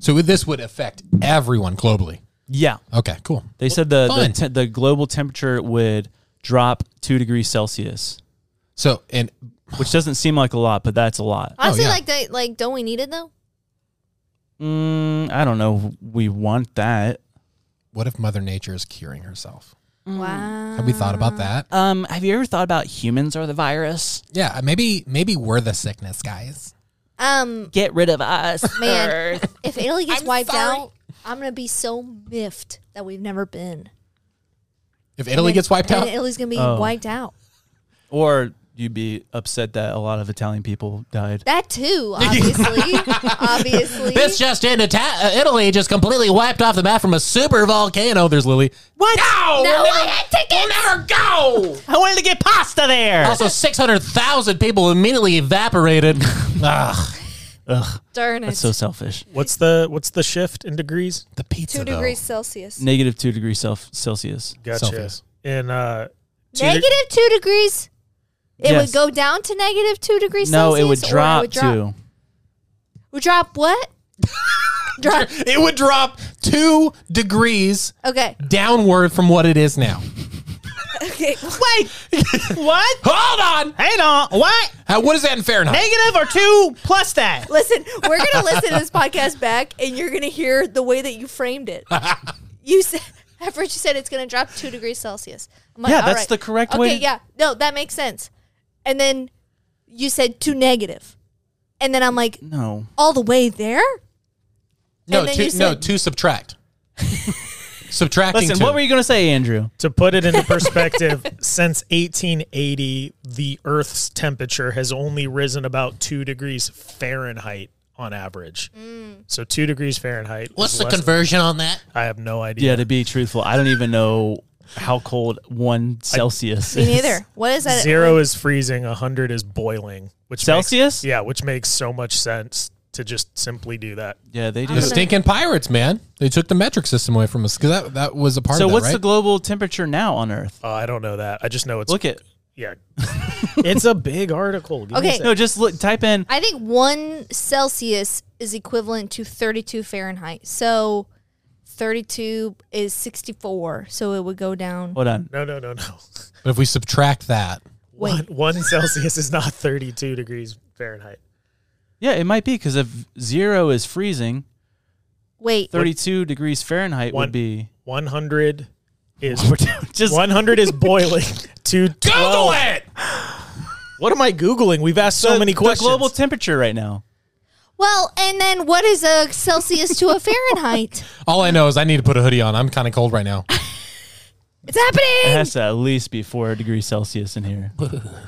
Speaker 3: So this would affect everyone globally.
Speaker 4: Yeah,
Speaker 3: Okay, cool.
Speaker 4: they said the the,
Speaker 3: fine.
Speaker 4: te- the global temperature would drop two degrees Celsius,
Speaker 3: So and
Speaker 4: which doesn't seem like a lot, but that's a lot.
Speaker 1: Honestly,
Speaker 3: Oh, yeah.
Speaker 1: like they like don't we need it though?
Speaker 4: Mm, I don't know. if We want that.
Speaker 3: what if Mother Nature is curing herself?
Speaker 1: Mm. Wow.
Speaker 3: Have we thought about that?
Speaker 4: Um, have you ever thought about humans or the virus?
Speaker 3: Yeah, maybe maybe we're the sickness guys.
Speaker 1: Um,
Speaker 5: Get rid of us.
Speaker 1: man, if Italy gets wiped out, I'm gonna be so miffed that we've never been.
Speaker 3: If Italy gets wiped
Speaker 1: And
Speaker 3: out,
Speaker 1: Italy's gonna be
Speaker 4: Oh.
Speaker 1: wiped out.
Speaker 4: Or you'd be upset that a lot of Italian people died.
Speaker 1: That too, obviously, obviously.
Speaker 3: just in Ita- uh, Italy just completely wiped off the map from a super volcano. There's Lily.
Speaker 7: No,
Speaker 1: no,
Speaker 7: we'll,
Speaker 1: I
Speaker 7: never,
Speaker 1: had tickets.
Speaker 7: we'll never go.
Speaker 5: I wanted to get pasta there.
Speaker 3: Also, six hundred thousand people immediately evaporated. Ugh,
Speaker 1: Darn it.
Speaker 4: That's so selfish.
Speaker 6: What's the what's the shift in degrees?
Speaker 3: the pizza
Speaker 1: Two
Speaker 3: though.
Speaker 1: degrees Celsius.
Speaker 4: Negative two degrees self- Celsius.
Speaker 6: Gotcha.
Speaker 3: Selfies.
Speaker 6: In uh, two de-
Speaker 1: Negative two degrees. It
Speaker 4: Yes.
Speaker 1: would go down to negative two degrees
Speaker 4: No,
Speaker 1: Celsius.
Speaker 4: it would
Speaker 1: or
Speaker 4: drop, to.
Speaker 1: Would drop what? drop.
Speaker 3: It would drop two degrees
Speaker 1: Okay.
Speaker 3: downward from what it is now.
Speaker 1: Okay.
Speaker 5: Wait, what?
Speaker 3: Hold on.
Speaker 5: Hang
Speaker 4: Uh,
Speaker 5: on. What?
Speaker 3: How, what is that in Fahrenheit?
Speaker 5: Negative or two plus that?
Speaker 1: Listen, we're gonna listen to this podcast back, and you're gonna hear the way that you framed it. you said. At first, you said it's going to drop two degrees Celsius. I'm like,
Speaker 4: Yeah,
Speaker 1: all
Speaker 4: that's
Speaker 1: right.
Speaker 4: the correct
Speaker 1: okay,
Speaker 4: way to-
Speaker 1: Okay, yeah, no, that makes sense. And then you said two negative, and then I'm like,
Speaker 4: No.
Speaker 1: all the way there?
Speaker 3: no,
Speaker 1: and then
Speaker 3: two,
Speaker 1: you
Speaker 3: no,
Speaker 1: said-
Speaker 3: two subtract. Subtracting
Speaker 4: Listen,
Speaker 3: two.
Speaker 4: what were you going to say, Andrew?
Speaker 6: to put it into perspective, since 1880, the Earth's temperature has only risen about two degrees Fahrenheit on average.
Speaker 1: Mm.
Speaker 6: So two degrees Fahrenheit. is less-
Speaker 3: conversion on that?
Speaker 6: I have no idea.
Speaker 4: Yeah, to be truthful, I don't even know how cold one Celsius
Speaker 1: Me
Speaker 4: is.
Speaker 1: neither. What is that?
Speaker 6: Zero is freezing, 100 is boiling. Which makes-
Speaker 4: Celsius?
Speaker 6: yeah, which makes so much sense to just simply do that.
Speaker 4: Yeah, they do.
Speaker 3: The stinking pirates, man. They took the metric system away from us because that, that was a part
Speaker 4: So
Speaker 3: of that,
Speaker 4: what's
Speaker 3: right?
Speaker 4: the global temperature now on Earth?
Speaker 6: Uh, I don't know that. I just know it's
Speaker 4: Look at
Speaker 6: yeah. it's a big article. Give me a
Speaker 1: Okay.
Speaker 6: sec.
Speaker 4: No, just look type in
Speaker 1: I think one Celsius is equivalent to 32 Fahrenheit. So 32 is 64. So it would go down.
Speaker 4: hold on.
Speaker 6: no, no, no, no.
Speaker 3: but if we subtract that,
Speaker 1: Wait.
Speaker 6: One, one Celsius is not 32 degrees Fahrenheit.
Speaker 4: Yeah, it might be because if zero is freezing,
Speaker 1: Wait.
Speaker 4: thirty-two degrees Fahrenheit
Speaker 6: One-
Speaker 4: would be.
Speaker 6: 100 is
Speaker 4: just
Speaker 6: 100 is boiling. Two
Speaker 7: Google
Speaker 6: twelve.
Speaker 7: it.
Speaker 6: What am I googling? We've asked so
Speaker 4: the-
Speaker 6: many
Speaker 4: the
Speaker 6: questions.
Speaker 4: global temperature right now.
Speaker 1: Well, and then what is a Celsius to a Fahrenheit?
Speaker 3: all I know is I need to put a hoodie on. I'm kind of cold right now.
Speaker 1: It's
Speaker 4: It
Speaker 1: happening.
Speaker 4: has to at least be four degrees Celsius in here.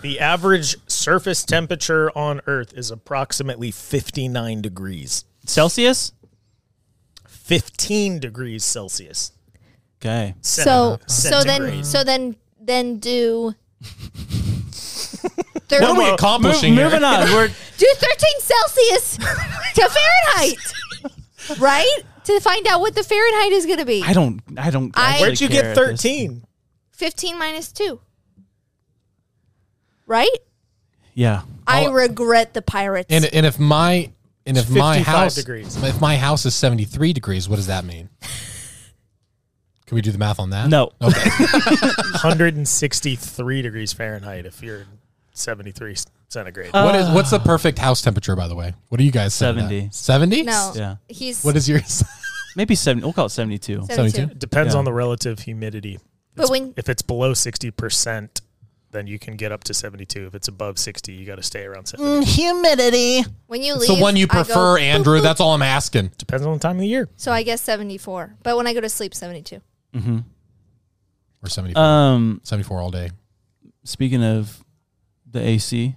Speaker 6: the average surface temperature on Earth is approximately 59 degrees.
Speaker 4: Celsius?
Speaker 6: 15 degrees Celsius.
Speaker 4: Okay.
Speaker 1: So
Speaker 6: Centi-
Speaker 1: so then
Speaker 6: centigrade.
Speaker 1: so then then do 30,
Speaker 3: What are we accomplishing here?
Speaker 4: Moving on. We're
Speaker 1: do 13 Celsius to Fahrenheit. right? To find out what the Fahrenheit is going to be.
Speaker 4: I don't I don't
Speaker 1: I-
Speaker 4: actually
Speaker 6: Where'd you
Speaker 4: care
Speaker 6: get
Speaker 4: at this-
Speaker 6: 13?
Speaker 1: 15 minus 2. Right?
Speaker 4: Yeah.
Speaker 1: I regret the Pirates.
Speaker 3: Oh. And and if my and if my
Speaker 6: 55
Speaker 3: house
Speaker 6: degrees.
Speaker 3: if my house is 73 degrees, what does that mean? Can we do the math on that?
Speaker 4: No.
Speaker 6: 163 degrees Fahrenheit if you're 73 centigrade.
Speaker 4: Uh,
Speaker 3: What is what's the perfect house temperature by the way? What do you guys say?
Speaker 4: 70.
Speaker 3: 70?
Speaker 1: no.
Speaker 4: Yeah.
Speaker 1: He's
Speaker 3: What is yours?
Speaker 4: Maybe seven we'll call it seventy two.
Speaker 1: 72.
Speaker 3: 72?
Speaker 6: Depends
Speaker 4: Yeah.
Speaker 6: on the relative humidity.
Speaker 1: But when
Speaker 6: If it's below 60%, then you can get up to 72. If it's above 60, you got to stay around 70.
Speaker 4: Mm.
Speaker 5: Humidity.
Speaker 1: when you
Speaker 3: It's
Speaker 1: leave
Speaker 3: the one you
Speaker 1: I go,
Speaker 3: prefer,
Speaker 1: "Boop,
Speaker 3: Andrew.
Speaker 1: boop."
Speaker 3: That's all I'm asking.
Speaker 6: Depends on the time of the year.
Speaker 1: So I guess 74. But when I go to sleep 72.
Speaker 3: Or 70,
Speaker 4: Um
Speaker 3: 74 all day.
Speaker 4: speaking of the AC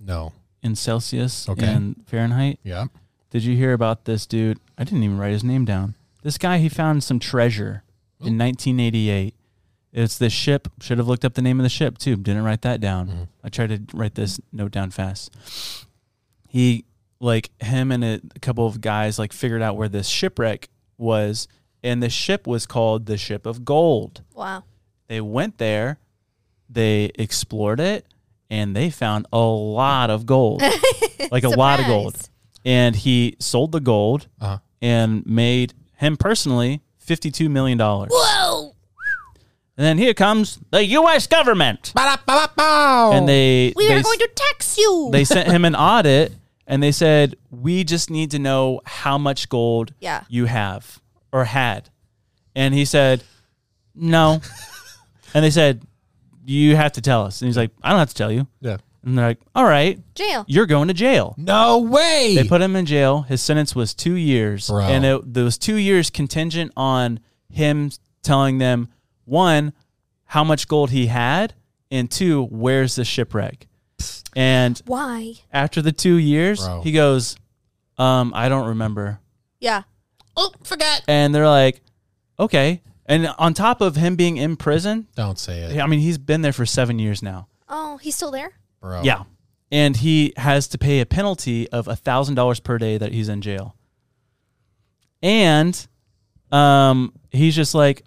Speaker 3: No.
Speaker 4: in Celsius
Speaker 3: Okay.
Speaker 4: and Fahrenheit,
Speaker 3: Yeah.
Speaker 4: did you hear about this dude? I didn't even write his name down. This guy he found some treasure in nineteen eighty eight. It's this ship. Should have looked up the name of the ship too. Didn't write that down. I tried to write this note down fast. He like him and a, a couple of guys like figured out where this shipwreck was, and the ship was called the ship of gold.
Speaker 1: Wow.
Speaker 4: They went there, they explored it, and they found a lot of gold, like a lot of gold.
Speaker 1: Surprise.
Speaker 4: And he sold the gold
Speaker 3: Uh-huh.
Speaker 4: and made him personally fifty-two million dollars.
Speaker 1: Whoa!
Speaker 4: And then here comes the U.S. government,
Speaker 3: Ba-da-ba-ba-bow.
Speaker 4: and they
Speaker 1: We
Speaker 4: they,
Speaker 1: are going to tax you.
Speaker 4: they sent him an audit, and they said we just need to know how much gold
Speaker 1: Yeah.
Speaker 4: you have or had, and he said no, and they said you have to tell us, and he's like I don't have to tell you,
Speaker 3: Yeah.
Speaker 4: and they're like all right,
Speaker 1: Jail.
Speaker 4: you're going to jail.
Speaker 3: No way.
Speaker 4: They put him in jail. His sentence was two years,
Speaker 3: Bro.
Speaker 4: and it, there was two years contingent on him telling them one how much gold he had, and two where's the shipwreck. And
Speaker 1: Why?
Speaker 4: after the two years,
Speaker 3: Bro.
Speaker 4: he goes, um, "I don't remember."
Speaker 1: Yeah.
Speaker 4: And they're like, "Okay." And on top of him being in prison,
Speaker 3: Don't say it,
Speaker 4: I mean, he's been there for seven years now.
Speaker 1: Oh, he's still there?
Speaker 3: bro.
Speaker 4: Yeah. And he has to pay a penalty of $1,000 per day that he's in jail. And um, he's just like,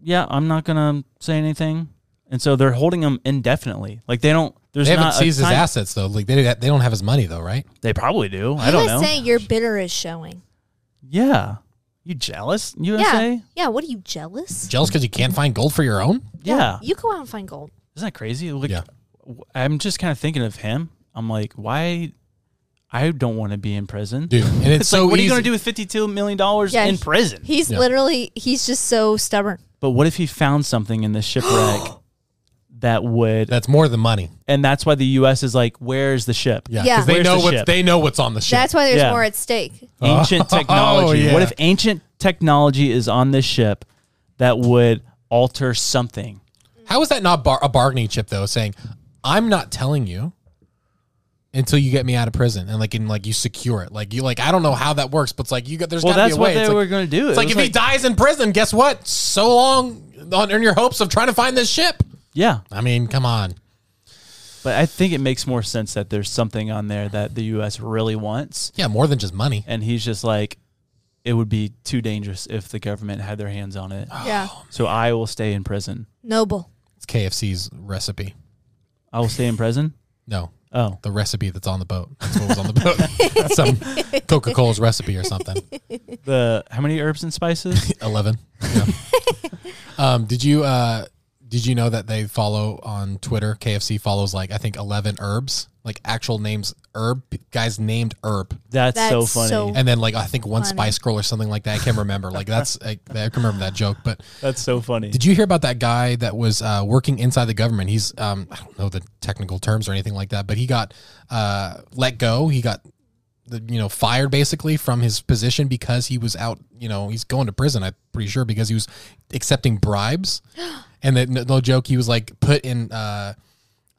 Speaker 4: yeah, I'm not going to say anything. And so they're holding him indefinitely. Like they don't, there's
Speaker 3: They haven't
Speaker 4: not a
Speaker 3: seized his
Speaker 4: time-
Speaker 3: assets though. Like they they don't have his money though, right?
Speaker 4: They probably do. I don't know.
Speaker 1: USA, your bitter is showing.
Speaker 4: yeah. You jealous, USA?
Speaker 1: Yeah. Yeah. What are you jealous?
Speaker 3: Jealous because you can't find gold for your own?
Speaker 4: Yeah.
Speaker 1: You go out and find gold.
Speaker 4: Isn't that crazy? Like,
Speaker 3: Yeah.
Speaker 4: w- I'm just kind of thinking of him. I'm like, why? I don't want to be in prison.
Speaker 3: Dude, and it's,
Speaker 4: It's
Speaker 3: so
Speaker 4: like, what are you
Speaker 3: easy.
Speaker 4: going to do with $52 million
Speaker 1: Yeah,
Speaker 4: in
Speaker 1: he-
Speaker 4: prison?
Speaker 1: He's
Speaker 3: Yeah.
Speaker 1: literally, he's just so stubborn.
Speaker 4: But what if he found something in this shipwreck that would,
Speaker 3: That's more than money.
Speaker 4: and that's why the U.S. is like, where's the ship?
Speaker 3: Yeah,
Speaker 1: Yeah.
Speaker 3: because they
Speaker 4: Where's
Speaker 3: know
Speaker 4: the
Speaker 3: what's
Speaker 4: ship?
Speaker 3: they know what's on the ship.
Speaker 1: That's why there's
Speaker 4: Yeah.
Speaker 1: more at stake.
Speaker 4: Ancient
Speaker 3: Oh,
Speaker 4: technology.
Speaker 3: yeah.
Speaker 4: What if ancient technology is on this ship that would alter something?
Speaker 3: How is that not bar- a bargaining chip though? Saying, I'm not telling you until you get me out of prison, and like and like you secure it. Like you like I don't know how that works, but it's like you got there's
Speaker 4: Well,
Speaker 3: got to
Speaker 4: that's
Speaker 3: be a way.
Speaker 4: what they
Speaker 3: it's
Speaker 4: were
Speaker 3: like,
Speaker 4: going to do.
Speaker 3: it's
Speaker 4: It
Speaker 3: like
Speaker 4: was
Speaker 3: if he dies in prison, guess what? So long on in your hopes of trying to find this ship.
Speaker 4: yeah.
Speaker 3: I mean, come on.
Speaker 4: But I think it makes more sense that there's something on there that the U.S. really wants,
Speaker 3: Yeah, more than just money.
Speaker 4: and he's just like, it would be too dangerous if the government had their hands on it.
Speaker 3: Oh,
Speaker 1: Yeah.
Speaker 4: So I will stay in prison.
Speaker 1: Noble.
Speaker 3: It's KFC's recipe.
Speaker 4: I will stay in prison.
Speaker 3: No,
Speaker 4: Oh,
Speaker 3: the recipe that's on the boat. That's what was on the boat. Some Coca Cola's recipe or something.
Speaker 4: the how many herbs and spices?
Speaker 3: Eleven. Yeah. um, did you uh, did you know that they follow on Twitter? KFC follows like I think eleven herbs, like actual names, herb guys named herb,
Speaker 4: That's, so
Speaker 1: That's
Speaker 4: funny.
Speaker 1: so
Speaker 3: and then like I think one
Speaker 1: Funny.
Speaker 3: Spice Girl or something like that. I can't remember. Like that's I, I can remember that joke, but
Speaker 4: That's so funny.
Speaker 3: Did you hear about that guy that was uh, working inside the government? He's um, I don't know the technical terms or anything like that, but he got uh, let go. He got the, you know fired basically from his position because he was out. You know he's going to prison. I'm pretty sure because he was accepting bribes, and that no, no joke, he was like put in. Uh,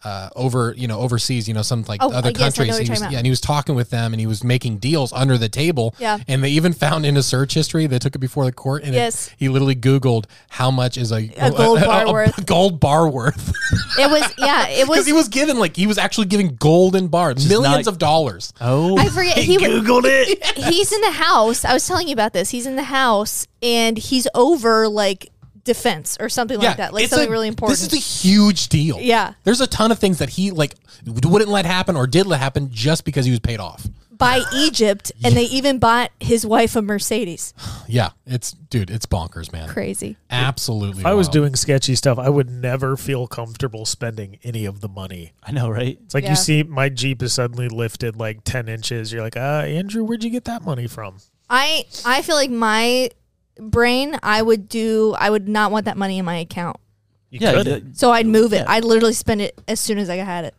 Speaker 3: uh, over you know overseas you know some like
Speaker 1: Oh,
Speaker 3: other
Speaker 1: yes, I know what
Speaker 3: countries
Speaker 1: you're
Speaker 3: He was-
Speaker 1: talking about.
Speaker 3: yeah, and he was talking with them and he was making deals under the table
Speaker 1: Yeah.
Speaker 3: and they even found in his search history they took it before the court and it-
Speaker 1: Yes.
Speaker 3: he literally googled how much is a
Speaker 1: A gold bar worth.
Speaker 3: gold bar worth
Speaker 1: It was, yeah, it
Speaker 3: because
Speaker 1: was.
Speaker 3: he was given like he was actually giving golden bars millions
Speaker 4: not-
Speaker 3: of dollars
Speaker 4: oh,
Speaker 1: I forget. He Googled it. He's in the house. I was telling you about this. He's in the house and he's over like defense or something like that. Like
Speaker 3: it's
Speaker 1: something
Speaker 3: a-
Speaker 1: really important.
Speaker 3: This is a huge deal.
Speaker 1: Yeah.
Speaker 3: there's a ton of things that he like wouldn't let happen or did let happen just because he was paid off.
Speaker 1: by Egypt and they even bought his wife a Mercedes.
Speaker 3: Yeah, it's dude, it's bonkers, man.
Speaker 1: Crazy.
Speaker 3: Absolutely.
Speaker 6: If I was
Speaker 3: wild.
Speaker 6: doing sketchy stuff, I would never feel comfortable spending any of the money.
Speaker 4: I know, right?
Speaker 6: It's like
Speaker 1: Yeah.
Speaker 6: you see my Jeep is suddenly lifted like 10 inches. You're like, uh, Andrew, where'd you get that money from?
Speaker 1: I I feel like my brain I would do I would not want that money in my account.
Speaker 6: You
Speaker 4: Yeah,
Speaker 6: could.
Speaker 4: yeah,
Speaker 1: So I'd move it. I'd literally spend it as soon as I had it.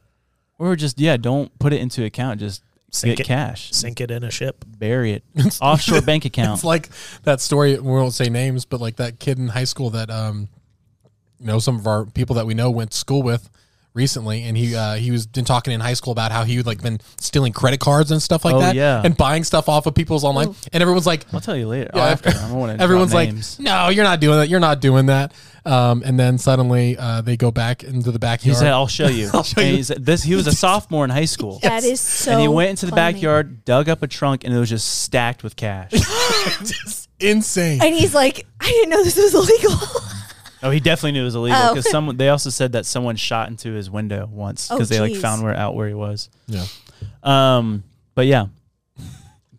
Speaker 4: or just yeah, don't put it into account. Just
Speaker 6: Sink
Speaker 4: get
Speaker 6: it.
Speaker 4: cash,
Speaker 6: Sink it in a ship.
Speaker 4: bury it, offshore bank account.
Speaker 3: It's like that story. We won't say names, but like that kid in high school that um, you know, some of our people that we know went to school with recently, and he uh, he was been talking in high school about how he would like been stealing credit cards and stuff like
Speaker 4: Oh,
Speaker 3: that,
Speaker 4: yeah. Oh.
Speaker 3: and buying stuff off of people's online, and everyone's like.
Speaker 4: I'll tell you later.
Speaker 3: Yeah,
Speaker 4: Oh, after. I don't wanna drop
Speaker 3: everyone's like,
Speaker 4: names.
Speaker 3: "No, you're not doing that. You're not doing that." Um, and then suddenly uh, they go back into the
Speaker 4: He
Speaker 3: backyard.
Speaker 4: said, "I'll show you."
Speaker 3: I'll show
Speaker 4: And
Speaker 3: you.
Speaker 4: He said, this he was a sophomore in high school,
Speaker 1: That is so
Speaker 4: and he went into the
Speaker 1: funny.
Speaker 4: backyard, dug up a trunk, and it was just stacked with cash.
Speaker 3: "Insane."
Speaker 1: And he's like, I didn't know this was illegal.
Speaker 4: Oh, he definitely knew it was illegal
Speaker 1: Oh.
Speaker 4: because someone. They also said that someone shot into his window once
Speaker 1: Oh,
Speaker 4: because they like
Speaker 1: jeez.
Speaker 4: found where out where he was.
Speaker 3: Yeah.
Speaker 4: Um, but yeah.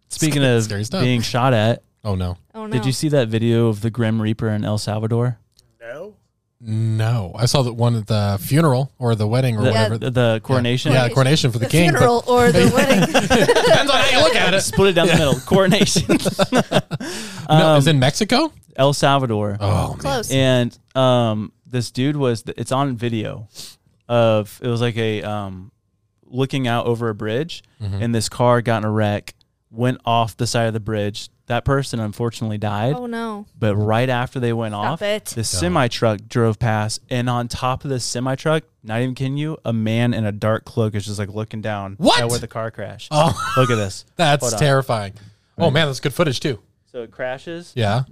Speaker 4: Speaking of
Speaker 3: scary stuff.
Speaker 4: being shot at,
Speaker 3: Oh no.
Speaker 1: Oh no!
Speaker 4: did you see that video of the Grim Reaper in El Salvador?
Speaker 6: No.
Speaker 3: No, I saw that one at the funeral or the wedding or
Speaker 4: The,
Speaker 3: whatever.
Speaker 4: the- the coronation.
Speaker 3: Yeah, the coronation for the,
Speaker 1: the
Speaker 3: king. but-
Speaker 1: funeral or the wedding?
Speaker 3: Depends on how you look at it.
Speaker 4: Split it down the middle. Coronation.
Speaker 3: No,
Speaker 4: Um,
Speaker 3: it's in Mexico.
Speaker 4: El Salvador.
Speaker 3: Oh, man.
Speaker 1: Close.
Speaker 4: and um, this dude was it's on video of it was like a um, looking out over a bridge
Speaker 3: Mm-hmm.
Speaker 4: and this car got in a wreck went off the side of the bridge that person unfortunately died
Speaker 1: oh no!
Speaker 4: but right after they went off
Speaker 1: it.
Speaker 4: the semi truck drove past and on top of this semi truck not even kidding you a man in a dark cloak is just like looking down
Speaker 3: What?
Speaker 4: at where the car crashed
Speaker 3: Oh,
Speaker 4: look at this
Speaker 3: that's
Speaker 4: Hold on.
Speaker 3: terrifying. Oh man, that's good footage too.
Speaker 4: so it crashes
Speaker 3: Yeah.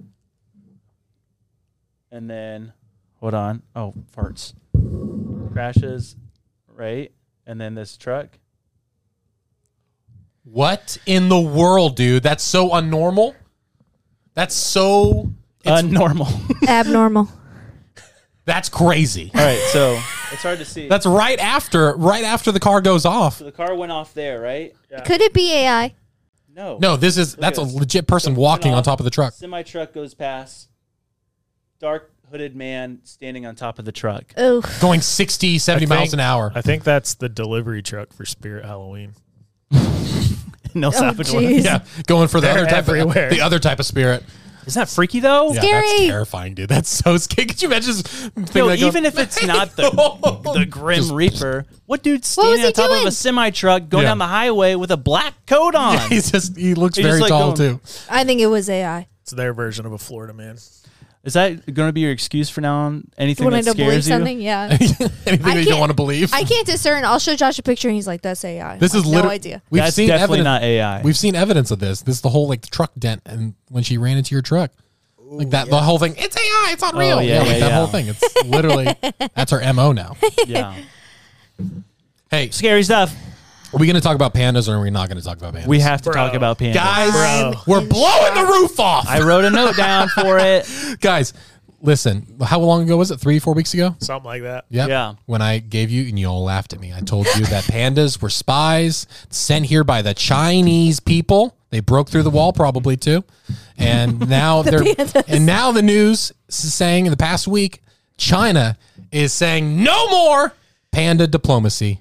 Speaker 4: and then hold on. Oh, farts. Crashes, right? And then this truck.
Speaker 3: What in the world, dude? That's so unnormal. That's so.
Speaker 4: Uh, normal.
Speaker 1: Abnormal.
Speaker 3: That's crazy.
Speaker 4: All right, so it's hard to see.
Speaker 3: That's right after, right after the car goes off.
Speaker 4: so the car went off there, right?
Speaker 1: Could it be AI?
Speaker 4: No.
Speaker 3: No, this is that's a
Speaker 4: at this.
Speaker 3: legit person
Speaker 4: So it
Speaker 3: walking
Speaker 4: went
Speaker 3: on
Speaker 4: off.
Speaker 3: top of the truck.
Speaker 4: Semi truck goes past. Dark hooded man standing on top of the truck.
Speaker 1: Oh,
Speaker 3: going 60, 70
Speaker 6: I
Speaker 3: miles
Speaker 6: think-
Speaker 3: an hour.
Speaker 6: I think that's the delivery truck for Spirit Halloween.
Speaker 4: no
Speaker 1: oh,
Speaker 4: Salvador.
Speaker 1: jeez.
Speaker 3: Yeah, going for the
Speaker 6: They're
Speaker 3: other type
Speaker 6: everywhere.
Speaker 3: of the other type of spirit.
Speaker 4: Isn't that freaky
Speaker 3: Yeah,
Speaker 4: though?
Speaker 3: that's
Speaker 1: Scary.
Speaker 3: terrifying, dude. That's so scary. Could you imagine? just thinking
Speaker 4: No,
Speaker 3: that going,
Speaker 4: even if it's not the the Grim Reaper, what dude's standing
Speaker 1: was
Speaker 4: on
Speaker 1: he
Speaker 4: top of
Speaker 1: doing?
Speaker 4: a semi truck going
Speaker 3: Yeah.
Speaker 4: down the highway with a black coat on?
Speaker 3: he's just he looks
Speaker 4: He's just
Speaker 3: very
Speaker 4: like
Speaker 3: tall
Speaker 4: going-
Speaker 3: too.
Speaker 1: I think it was AI.
Speaker 6: It's their version of a Florida man.
Speaker 4: Is that going to be your excuse for now on? Anything
Speaker 1: When I
Speaker 4: that
Speaker 1: don't believe
Speaker 4: scares you?
Speaker 1: something, yeah.
Speaker 3: Anything that you don't
Speaker 1: can't-
Speaker 3: want to believe.
Speaker 1: I can't discern. I'll show Josh a picture, and he's like, "That's AI."
Speaker 3: this
Speaker 1: I'm
Speaker 3: is
Speaker 1: like,
Speaker 3: literally
Speaker 1: no idea.
Speaker 3: We've
Speaker 4: That's
Speaker 3: seen
Speaker 4: definitely
Speaker 3: evidence,
Speaker 4: not AI.
Speaker 3: We've seen evidence of this. This is the whole like the truck dent and when she ran into your truck. Like that, the whole thing. It's AI. It's not real.
Speaker 4: Oh, yeah,
Speaker 3: like that
Speaker 4: yeah, yeah.
Speaker 3: whole thing. It's literally that's our mo now.
Speaker 4: yeah.
Speaker 3: Hey,
Speaker 4: Scary stuff.
Speaker 3: are we going to talk about pandas or are we not going to talk about pandas?
Speaker 4: We have to talk about pandas.
Speaker 3: guys.
Speaker 1: I'm
Speaker 3: We're
Speaker 1: in
Speaker 3: blowing the
Speaker 1: shock.
Speaker 3: roof off.
Speaker 4: I wrote a note down for it.
Speaker 3: guys, listen. How long ago was it? Three, four weeks ago?
Speaker 6: Something like that.
Speaker 3: Yep.
Speaker 4: Yeah.
Speaker 3: When I gave you, and you all laughed at me, I told you that pandas were spies sent here by the Chinese people. They broke through the wall, probably too. And now they're. And now the news is saying in the past week, China is saying no more panda diplomacy.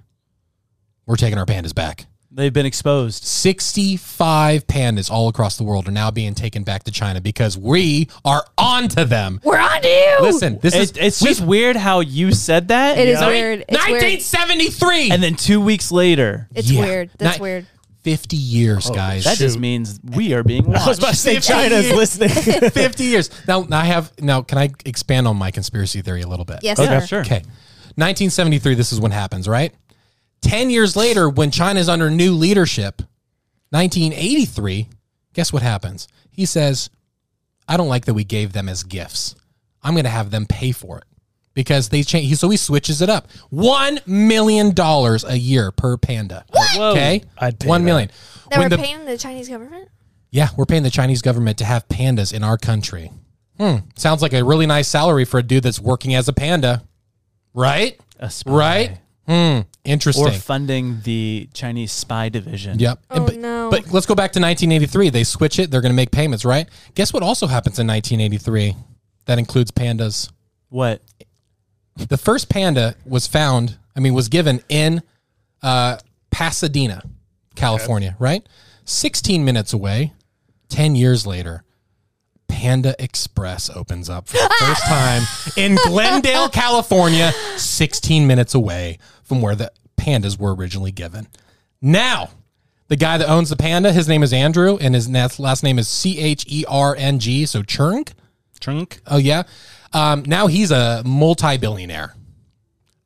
Speaker 3: We're taking our pandas back.
Speaker 4: They've been exposed.
Speaker 3: 65 pandas all across the world are now being taken back to China because we are onto them.
Speaker 1: We're on to you.
Speaker 3: Listen, this is
Speaker 4: It, it's just weird how you said that.
Speaker 1: It is weird. It's weird.
Speaker 3: 1973.
Speaker 4: And then two weeks later,
Speaker 1: It's
Speaker 3: Yeah.
Speaker 1: weird. That's
Speaker 3: Not-
Speaker 1: weird.
Speaker 3: 50 years, guys.
Speaker 4: that just means we are being watched.
Speaker 3: say China's listening. 50 years. Now I have now can I expand on my conspiracy theory a little bit?
Speaker 1: Yes, sir.
Speaker 4: sure.
Speaker 3: Okay. 1973 this is when happens, right? 10 years later when China's under new leadership, 1983, guess what happens? He says, "I don't like that we gave them as gifts. I'm going to have them pay for it." Because they change, he, so he switches it up. One million dollars a year per panda.
Speaker 4: Whoa.
Speaker 3: Okay,
Speaker 6: I'd pay
Speaker 3: one
Speaker 6: that.
Speaker 3: million.
Speaker 1: That
Speaker 3: When
Speaker 1: we're
Speaker 3: the-
Speaker 1: paying the Chinese government.
Speaker 3: yeah, we're paying the Chinese government to have pandas in our country. Hmm. Sounds like a really nice salary for a dude that's working as a panda. Right?
Speaker 4: A spy.
Speaker 3: Right? Hmm. Interesting.
Speaker 4: Or funding the Chinese spy division.
Speaker 3: yep.
Speaker 1: Oh,
Speaker 3: but,
Speaker 1: no.
Speaker 3: but let's go back to 1983. They switch it. They're going to make payments, right? Guess what also happens in 1983 that includes pandas?
Speaker 4: What?
Speaker 3: The first panda was found, I mean, was given in uh, Pasadena, California, right? 16 minutes away, 10 years later, Panda Express opens up for the first time in Glendale, California, 16 minutes away from where the pandas were originally given. Now, the guy that owns the panda, his name is Andrew, and his nas- last name is C H E R N G, so Chernk.
Speaker 4: Trunk?
Speaker 3: Oh yeah. Um, now he's a multi-billionaire.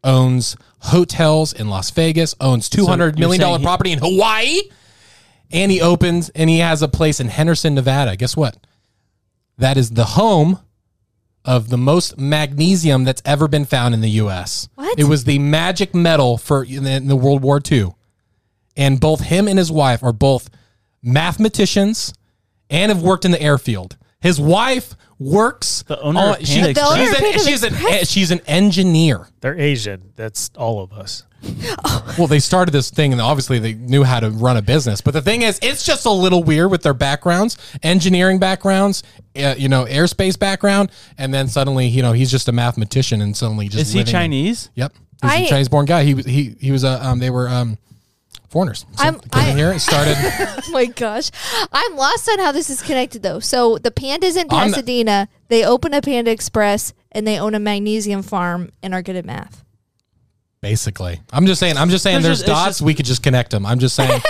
Speaker 3: Owns hotels in Las Vegas. Owns two hundred
Speaker 4: you're
Speaker 3: million dollar
Speaker 4: saying he-
Speaker 3: property in Hawaii. And he opens and he has a place in Henderson, Nevada. Guess what? That is the home of the most magnesium that's ever been found in the U.S.
Speaker 1: What?
Speaker 3: It was the magic metal for in the, in the World War II. And both him and his wife are both mathematicians and have worked in the airfield. His wife works.
Speaker 4: The owner of
Speaker 3: she- she's,
Speaker 4: Panda
Speaker 1: Express. The owner
Speaker 3: an,
Speaker 1: of
Speaker 3: she's, an, e,
Speaker 1: Panda Express.
Speaker 3: she's an engineer.
Speaker 6: They're Asian. That's all of us.
Speaker 3: Well, they started this thing, and obviously they knew how to run a business. But the thing is, it's just a little weird with their backgrounds, engineering backgrounds, uh, you know, airspace background, and then suddenly, you know, he's just a mathematician, and suddenly just
Speaker 4: Is he
Speaker 3: living-
Speaker 4: Chinese?
Speaker 3: Yep, he's a
Speaker 1: I-
Speaker 3: Chinese-born guy. He was he he was a um, they were um, foreigners. So
Speaker 1: I'm-
Speaker 3: came
Speaker 1: I-
Speaker 3: here and started.
Speaker 1: Oh my gosh. I'm lost on how this is connected though. So the pandas in
Speaker 3: I'm-
Speaker 1: Pasadena, they open a Panda Express and they own a magnesium farm and are good at math.
Speaker 3: Basically, I'm just saying. I'm just saying.
Speaker 4: It's
Speaker 3: There's,
Speaker 4: just- it's
Speaker 3: dots.
Speaker 4: just-
Speaker 3: we could just connect them. I'm just saying.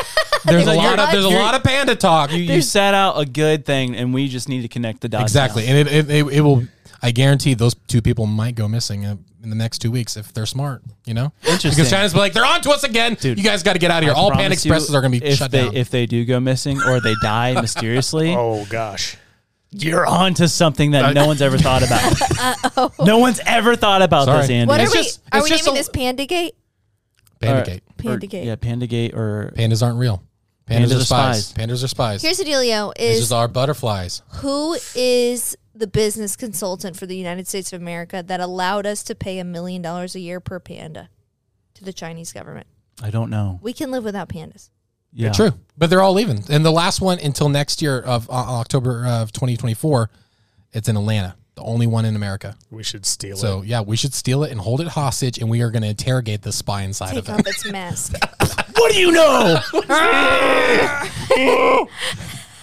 Speaker 3: There's a
Speaker 4: But
Speaker 3: lot
Speaker 4: you're-
Speaker 3: of there's a
Speaker 4: you're-
Speaker 3: lot of panda talk.
Speaker 4: You, you set out a good thing, and we just need to connect the dots.
Speaker 3: exactly,
Speaker 4: now.
Speaker 3: and it, it, it, it will. I guarantee those two people might go missing uh, in the next two weeks if they're smart. You know,
Speaker 4: Interesting.
Speaker 3: because China's be like, they're on to us again. you guys got to get out of here.
Speaker 4: I
Speaker 3: All
Speaker 4: promise
Speaker 3: Panda Expresses
Speaker 4: you,
Speaker 3: are going to be
Speaker 4: if
Speaker 3: shut
Speaker 4: they,
Speaker 3: down.
Speaker 4: If they do go missing or they die mysteriously,
Speaker 6: Oh gosh.
Speaker 4: you're onto something that no one's ever thought about. no one's ever thought about
Speaker 3: Sorry.
Speaker 4: this, Andy.
Speaker 1: What
Speaker 3: It's
Speaker 1: are we
Speaker 3: just-
Speaker 1: are
Speaker 3: it's
Speaker 1: we
Speaker 3: just
Speaker 1: naming
Speaker 3: a-
Speaker 1: this Panda Gate?
Speaker 3: Panda
Speaker 4: Or-
Speaker 3: Gate.
Speaker 1: Panda
Speaker 4: or,
Speaker 1: Gate.
Speaker 4: yeah, Pandagate or
Speaker 3: Pandas aren't real. Pandas,
Speaker 4: Pandas
Speaker 3: are
Speaker 4: are
Speaker 3: spies.
Speaker 4: spies.
Speaker 3: Pandas are spies.
Speaker 1: Here's the dealio
Speaker 3: Pandas
Speaker 1: is
Speaker 3: are butterflies.
Speaker 1: who is the business consultant for the United States of America that allowed us to pay a million dollars a year per panda to the Chinese government?
Speaker 4: I don't know.
Speaker 1: We can live without pandas.
Speaker 4: Yeah,
Speaker 3: True, but they're all leaving. And the last one until next year of uh, October of 2024, it's in Atlanta. The only one in America.
Speaker 6: We should steal
Speaker 3: So
Speaker 6: it.
Speaker 3: yeah, we should steal it and hold it hostage, and we are going to interrogate the spy inside
Speaker 1: Take
Speaker 3: of it.
Speaker 1: off its mask.
Speaker 3: What do you know?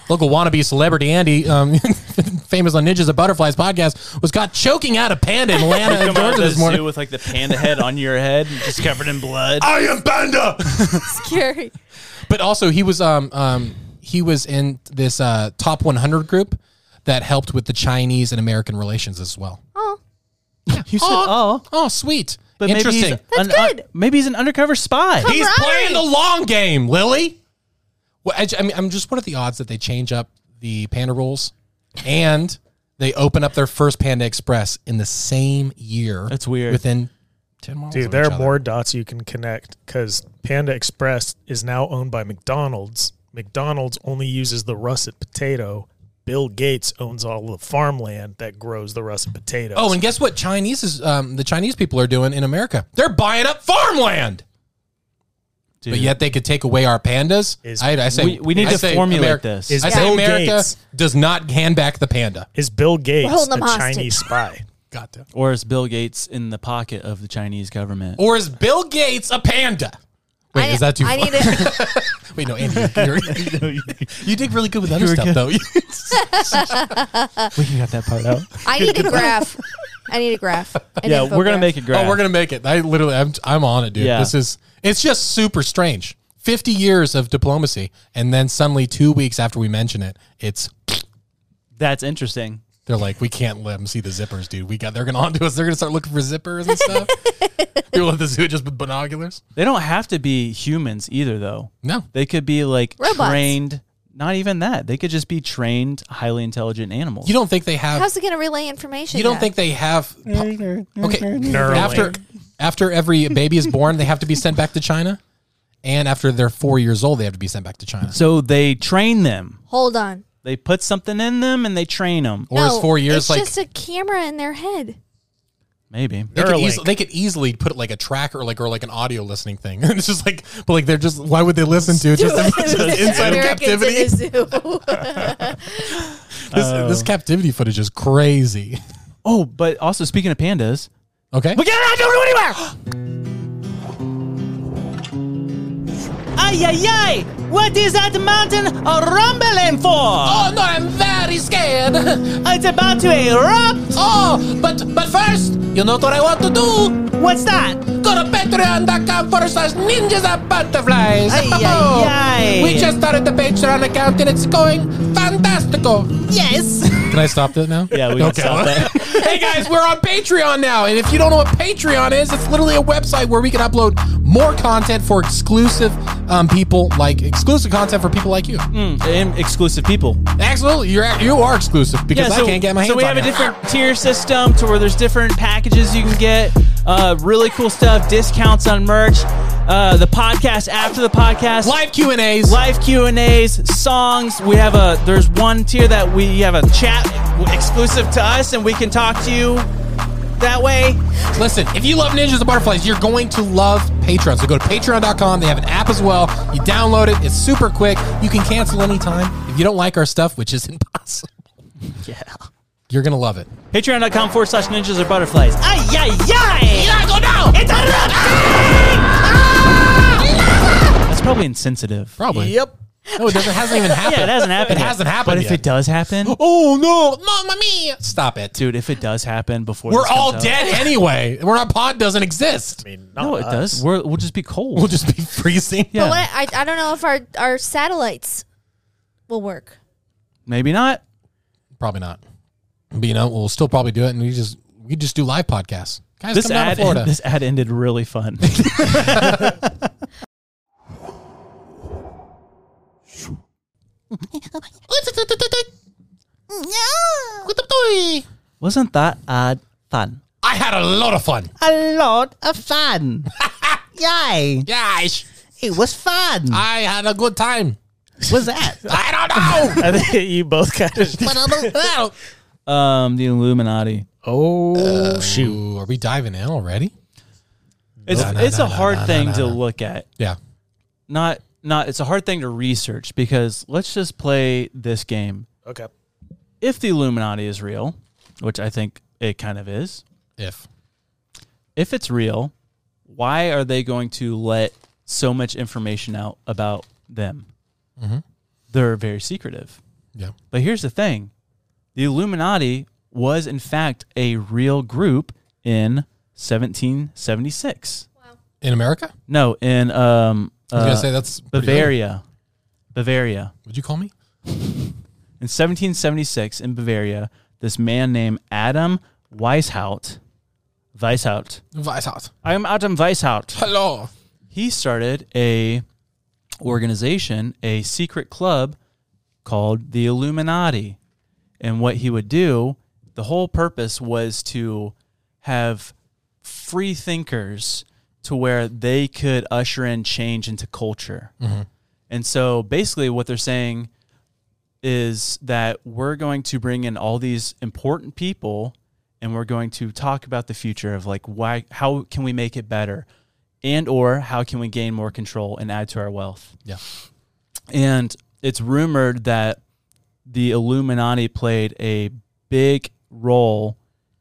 Speaker 3: Local wannabe celebrity Andy, um, famous on Ninjas and Butterflies podcast, was caught choking out a panda in Atlanta,
Speaker 4: Come out
Speaker 3: Georgia
Speaker 4: of the
Speaker 3: this
Speaker 4: zoo
Speaker 3: morning.
Speaker 4: with like the panda head on your head, just covered in blood.
Speaker 3: I am panda.
Speaker 1: Scary.
Speaker 3: But also, he was um um he was in this uh, top 100 group that helped with the Chinese and American relations as well.
Speaker 1: Oh.
Speaker 4: You said, oh,
Speaker 3: Oh, sweet.
Speaker 4: but maybe he's,
Speaker 3: Interesting.
Speaker 4: an, uh,
Speaker 1: good.
Speaker 4: maybe he's an undercover spy.
Speaker 3: He's
Speaker 1: Camaraderie.
Speaker 3: playing the long game, Lily. Well, I, I mean, I'm just what are the odds that they change up the panda rules, and they open up their first Panda Express in the same year?
Speaker 4: That's weird.
Speaker 3: Within ten miles,
Speaker 6: Dude,
Speaker 3: of
Speaker 6: there
Speaker 3: each
Speaker 6: are
Speaker 3: other.
Speaker 6: more dots you can connect because Panda Express is now owned by McDonald's. McDonald's only uses the russet potato. Bill Gates owns all the farmland that grows the russet potatoes.
Speaker 3: Oh, and guess what? Chinese is um, the Chinese people are doing in America. They're buying up farmland,
Speaker 4: Dude.
Speaker 3: but yet they could take away our pandas.
Speaker 6: Is-
Speaker 3: I, I say
Speaker 4: We- we need
Speaker 3: I
Speaker 4: to
Speaker 3: say
Speaker 4: formulate
Speaker 3: America-
Speaker 4: this.
Speaker 6: Is
Speaker 3: I say
Speaker 6: Bill
Speaker 3: America
Speaker 6: Gates-
Speaker 3: does not hand back the panda.
Speaker 6: is Bill Gates
Speaker 1: holding
Speaker 6: a
Speaker 1: them hostage.
Speaker 6: Chinese spy?
Speaker 3: Goddamn.
Speaker 4: Or is Bill Gates in the pocket of the Chinese government?
Speaker 3: Or is Bill Gates a panda? Wait,
Speaker 1: I,
Speaker 3: is that too?
Speaker 1: I
Speaker 3: far?
Speaker 1: need it.
Speaker 3: Wait, no, Andy, you're, you did really good with other
Speaker 4: were
Speaker 3: stuff,
Speaker 4: good.
Speaker 3: though.
Speaker 4: we can cut that part out.
Speaker 1: I need a graph. I need a graph. I need
Speaker 4: yeah,
Speaker 1: a
Speaker 4: we're gonna
Speaker 1: photograph.
Speaker 4: make a graph.
Speaker 3: oh, we're gonna make it. I literally, I'm, I'm on it, dude.
Speaker 4: Yeah.
Speaker 3: This is, it's just super strange. Fifty years of diplomacy, and then suddenly two weeks after we mention it, it's
Speaker 4: That's interesting.
Speaker 3: they're like, we can't let them see the zippers, dude. We got, they're gonna onto us. They're gonna start looking for zippers and stuff. People at the zoo just with binoculars.
Speaker 4: They don't have to be humans either, though.
Speaker 3: No,
Speaker 4: They could be like
Speaker 1: Robots.
Speaker 4: trained. Not even that. They could just be trained, highly intelligent animals.
Speaker 3: you don't think they have.
Speaker 1: How's it gonna relay information?
Speaker 3: you don't
Speaker 1: then?
Speaker 3: think they have? Okay, Mm-hmm.
Speaker 6: Neuralink.
Speaker 3: after after every baby is born, they have to be sent back to China, and after they're four years old, they have to be sent back to China.
Speaker 4: so they train them.
Speaker 1: Hold on.
Speaker 4: They put something in them and they train them.
Speaker 3: Or is four years
Speaker 1: it's
Speaker 3: like
Speaker 1: just a camera in their head.
Speaker 4: Maybe.
Speaker 3: they could,
Speaker 6: Neuralink.
Speaker 3: easily, they could easily put like a tracker like or like an audio listening thing. it's just like, but like they're just why would they listen to it? just, just inside of
Speaker 1: Americans
Speaker 3: captivity? This,
Speaker 1: in a zoo.
Speaker 3: this captivity footage is crazy.
Speaker 4: Oh, but also speaking of pandas,
Speaker 3: Okay,
Speaker 4: we gotta not go anywhere.
Speaker 5: Ay, ay, ay! What is that mountain rumbling for?
Speaker 3: Oh no, I'm very scared.
Speaker 5: It's about to erupt!
Speaker 3: oh, but but first, you know what I want to do?
Speaker 5: What's that?
Speaker 3: Go to patreon.com forward slash ninjas and butterflies.
Speaker 5: Ay, ay, ay.
Speaker 3: started the Patreon account and it's going fantastical.
Speaker 5: Yes!
Speaker 3: Can I stop that now?
Speaker 4: Yeah, we can stop that.
Speaker 3: hey guys, we're on Patreon now, and if you don't know what Patreon is, it's literally a website where we can upload more content for exclusive um, people, like exclusive content for people like you.
Speaker 4: And exclusive people.
Speaker 3: Absolutely, you're you are exclusive because I can't get my hands.
Speaker 4: so we
Speaker 3: on
Speaker 4: have a
Speaker 3: it.
Speaker 4: different tier system to where there's different packages you can get, uh, really cool stuff, discounts on merch. Uh, the podcast after the podcast.
Speaker 3: Live Q and A's.
Speaker 4: live Q and A's, songs. We have a there's one tier that we have a chat exclusive to us, and we can talk to you that way.
Speaker 3: Listen, if you love Ninjas and Butterflies, you're going to love Patreon. So go to patreon.com. They have an app as well. You download it, it's super quick. You can cancel anytime if you don't like our stuff, which is impossible.
Speaker 4: Yeah.
Speaker 3: You're going to love it.
Speaker 4: Patreon.com forward slash ninjas or butterflies.
Speaker 5: Ay, ay, ay!
Speaker 7: I go down.
Speaker 5: It's
Speaker 4: That's probably insensitive.
Speaker 3: Probably. Yep. No, it doesn't, hasn't even happened.
Speaker 4: Yeah, it hasn't happened.
Speaker 3: It
Speaker 4: yet.
Speaker 3: hasn't happened
Speaker 4: But if
Speaker 3: yet.
Speaker 4: it does happen,
Speaker 3: Oh, no. Mamma mia. Stop it.
Speaker 4: dude, if it does happen before
Speaker 3: We're
Speaker 4: this comes
Speaker 3: all
Speaker 4: out-
Speaker 3: dead anyway. We're not pod doesn't exist.
Speaker 6: I mean, not
Speaker 4: No, it
Speaker 6: us.
Speaker 4: does. We're, we'll just be cold.
Speaker 3: We'll just be freezing.
Speaker 4: yeah,
Speaker 1: But what I, I don't know if our, our satellites will work.
Speaker 4: maybe not.
Speaker 3: Probably not. But you know, we'll still probably do it and we just we just do live podcasts. Guys,
Speaker 4: This
Speaker 3: come down
Speaker 4: ad,
Speaker 3: to Florida.
Speaker 4: this ad ended really fun. Wasn't that ad fun?
Speaker 3: I had a lot of fun.
Speaker 4: A lot of fun. Yay!
Speaker 3: Gosh.
Speaker 4: It was fun.
Speaker 3: I had a good time.
Speaker 4: was that?
Speaker 3: I don't know.
Speaker 6: I think you both kind of.
Speaker 4: Um, the Illuminati.
Speaker 6: Oh shoot!
Speaker 3: Ooh, are we diving in already?
Speaker 4: It's
Speaker 3: No, no,
Speaker 4: it's
Speaker 3: no,
Speaker 4: a
Speaker 3: no,
Speaker 4: hard
Speaker 3: no, no,
Speaker 4: thing
Speaker 3: no,
Speaker 4: to
Speaker 3: no.
Speaker 4: look at.
Speaker 3: Yeah.
Speaker 4: Not not. It's a hard thing to research because let's just play this game.
Speaker 6: Okay.
Speaker 4: If the Illuminati is real, which I think it kind of is,
Speaker 3: If
Speaker 4: if it's real, why are they going to let so much information out about them? They're very secretive.
Speaker 3: Mm-hmm. yeah,
Speaker 4: But here's the thing the Illuminati was, in fact, a real group in 1776.
Speaker 3: in America,
Speaker 4: No, in um,
Speaker 3: I was
Speaker 4: uh,
Speaker 3: gonna say that's pretty
Speaker 4: Bavaria. Bavaria.
Speaker 3: old. Would you call me?
Speaker 4: In 1776, in Bavaria, this man named Adam Weishaupt. Weishaupt.
Speaker 3: Weishaupt.
Speaker 4: I'm Adam Weishaupt.
Speaker 3: Hello.
Speaker 4: he started a organization, a secret club called the Illuminati. And what he would do, the whole purpose was to have free thinkers to where they could usher in change into culture. And so basically what they're saying is that we're going to bring in all these important people and we're going to talk about the future of like why how can we make it better and or how can we gain more control and add to our wealth
Speaker 3: Yeah.
Speaker 4: and it's rumored that the illuminati played a big role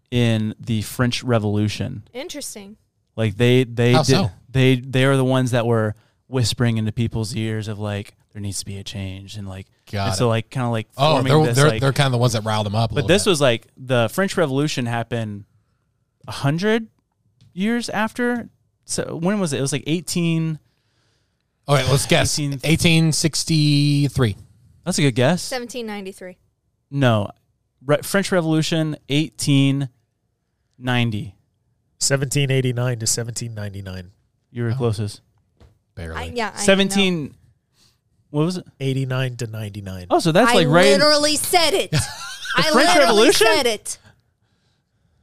Speaker 4: in the french revolution
Speaker 1: Interesting.
Speaker 4: like they they
Speaker 3: How
Speaker 4: did,
Speaker 3: so?
Speaker 4: they they are the ones that were whispering into people's ears of like there needs to be a change and like
Speaker 3: Got
Speaker 4: and so like kind of like
Speaker 3: Oh,
Speaker 4: forming
Speaker 3: they're
Speaker 4: this,
Speaker 3: they're,
Speaker 4: like-
Speaker 3: they're kind of the ones that riled them up.
Speaker 4: but this was like the French Revolution happened a hundred years after. So when was it? It was like eighteen.
Speaker 3: All right, let's guess.
Speaker 4: 18
Speaker 3: Eighteen sixty three.
Speaker 4: That's a good guess.
Speaker 1: 1793.
Speaker 4: No, Re- French Revolution eighteen ninety.
Speaker 6: 1789 to 1799.
Speaker 4: You were closest.
Speaker 3: Barely.
Speaker 1: I, yeah. Oh. I know.
Speaker 4: Seventeen. What was it?
Speaker 6: 89 to 99.
Speaker 4: Oh, so that's
Speaker 1: I
Speaker 4: like right. in-
Speaker 1: literally said it. I
Speaker 4: French
Speaker 1: literally
Speaker 4: Revolution?
Speaker 1: said it.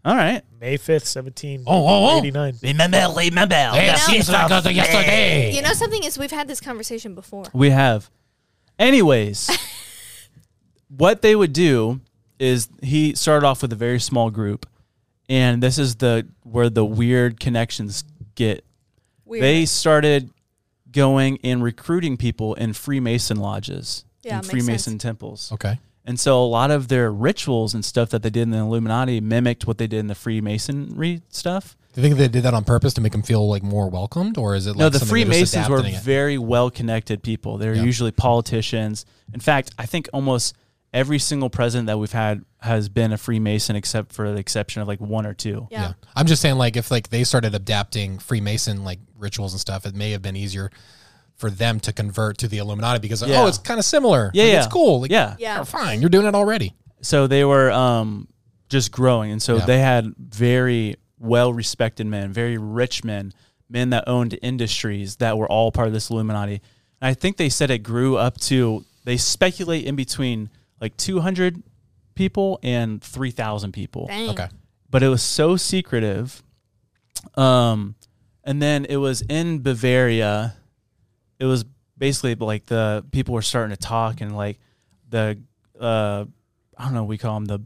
Speaker 4: all right.
Speaker 6: May 5th, 1789.
Speaker 3: Oh, oh, oh.
Speaker 5: Remember, remember.
Speaker 3: Hey, it seems like it was yesterday.
Speaker 1: You know something is we've had this conversation before.
Speaker 4: We have. Anyways, what they would do is he started off with a very small group, and this is the where the weird connections get
Speaker 1: Weird.
Speaker 4: they started going and recruiting people in Freemason lodges,
Speaker 1: Yeah,
Speaker 4: and
Speaker 1: makes
Speaker 4: Freemason
Speaker 1: sense.
Speaker 4: temples.
Speaker 3: Okay.
Speaker 4: And so a lot of their rituals and stuff that they did in the Illuminati mimicked what they did in the Freemasonry stuff.
Speaker 3: Do you think they did that on purpose to make them feel like more welcomed, or is it like
Speaker 4: no, the
Speaker 3: something they're just
Speaker 4: Freemasons were
Speaker 3: adapting it?
Speaker 4: very well connected people. They're
Speaker 3: Yeah.
Speaker 4: usually politicians. In fact, I think almost every single president that we've had has been a Freemason except for the exception of like one or two.
Speaker 1: yeah.
Speaker 3: Yeah. I'm just saying, like, if like they started adapting Freemason like rituals and stuff, it may have been easier for them to convert to the Illuminati because
Speaker 4: Yeah.
Speaker 3: oh, it's kind of similar.
Speaker 4: Yeah,
Speaker 3: Like,
Speaker 4: yeah.
Speaker 3: it's cool. Like,
Speaker 4: Yeah.
Speaker 1: Yeah.
Speaker 3: oh, fine, you're doing it already.
Speaker 4: so they were um, just growing, and so
Speaker 3: Yeah.
Speaker 4: they had very well respected men, very rich men, men that owned industries that were all part of this Illuminati. And I think they said it grew up to they speculate in between like 200 people and 3,000 people
Speaker 1: Dang.
Speaker 3: Okay,
Speaker 4: but it was so secretive um And then it was in Bavaria. It was basically like the people were starting to talk and like the uh I don't know, we call him the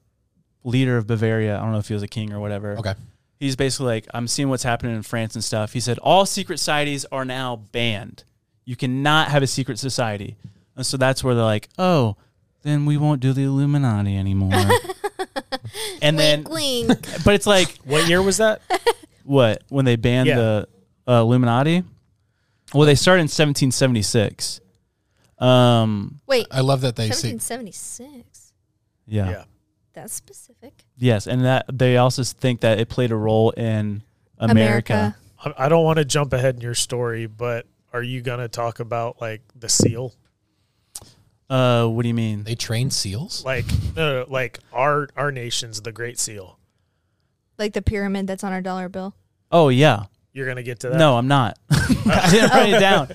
Speaker 4: leader of Bavaria. I don't know if he was a king or whatever.
Speaker 3: Okay.
Speaker 4: He's basically like, I'm seeing what's happening in France and stuff. He said all secret societies are now banned. You cannot have a secret society. And so that's where they're like, Oh, then we won't do the Illuminati anymore. and then
Speaker 1: wink, wink.
Speaker 4: but it's like
Speaker 6: What year was that?
Speaker 4: what when they banned
Speaker 6: Yeah.
Speaker 4: the uh, Illuminati? Well, they started in 1776. Um,
Speaker 1: Wait,
Speaker 3: I love that they say
Speaker 1: 1776.
Speaker 4: yeah.
Speaker 6: Yeah.
Speaker 1: That's specific.
Speaker 4: Yes, and that they also think that it played a role in America.
Speaker 6: I- I don't want to jump ahead in your story, but are you gonna talk about like the seal?
Speaker 4: Uh, what do you mean?
Speaker 3: they train seals.
Speaker 6: Like, no, no, like our our nation's the Great Seal.
Speaker 1: Like the pyramid that's on our dollar bill.
Speaker 4: Oh yeah.
Speaker 6: You're gonna get to that.
Speaker 4: No, I'm not. I didn't write it down.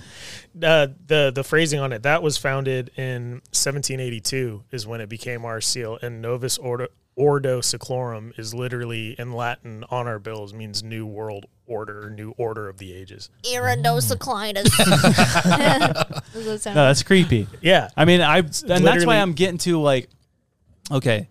Speaker 6: uh, the the phrasing on it that was founded in 1782 is when it became our seal and novus ordo ordo seclorum is literally in latin on our bills means new world order new order of the ages
Speaker 1: Iridociclitis. Does that sound-
Speaker 4: No, that's creepy.
Speaker 6: yeah
Speaker 4: I mean, I and that's why
Speaker 6: literally-
Speaker 4: I'm getting to like, okay,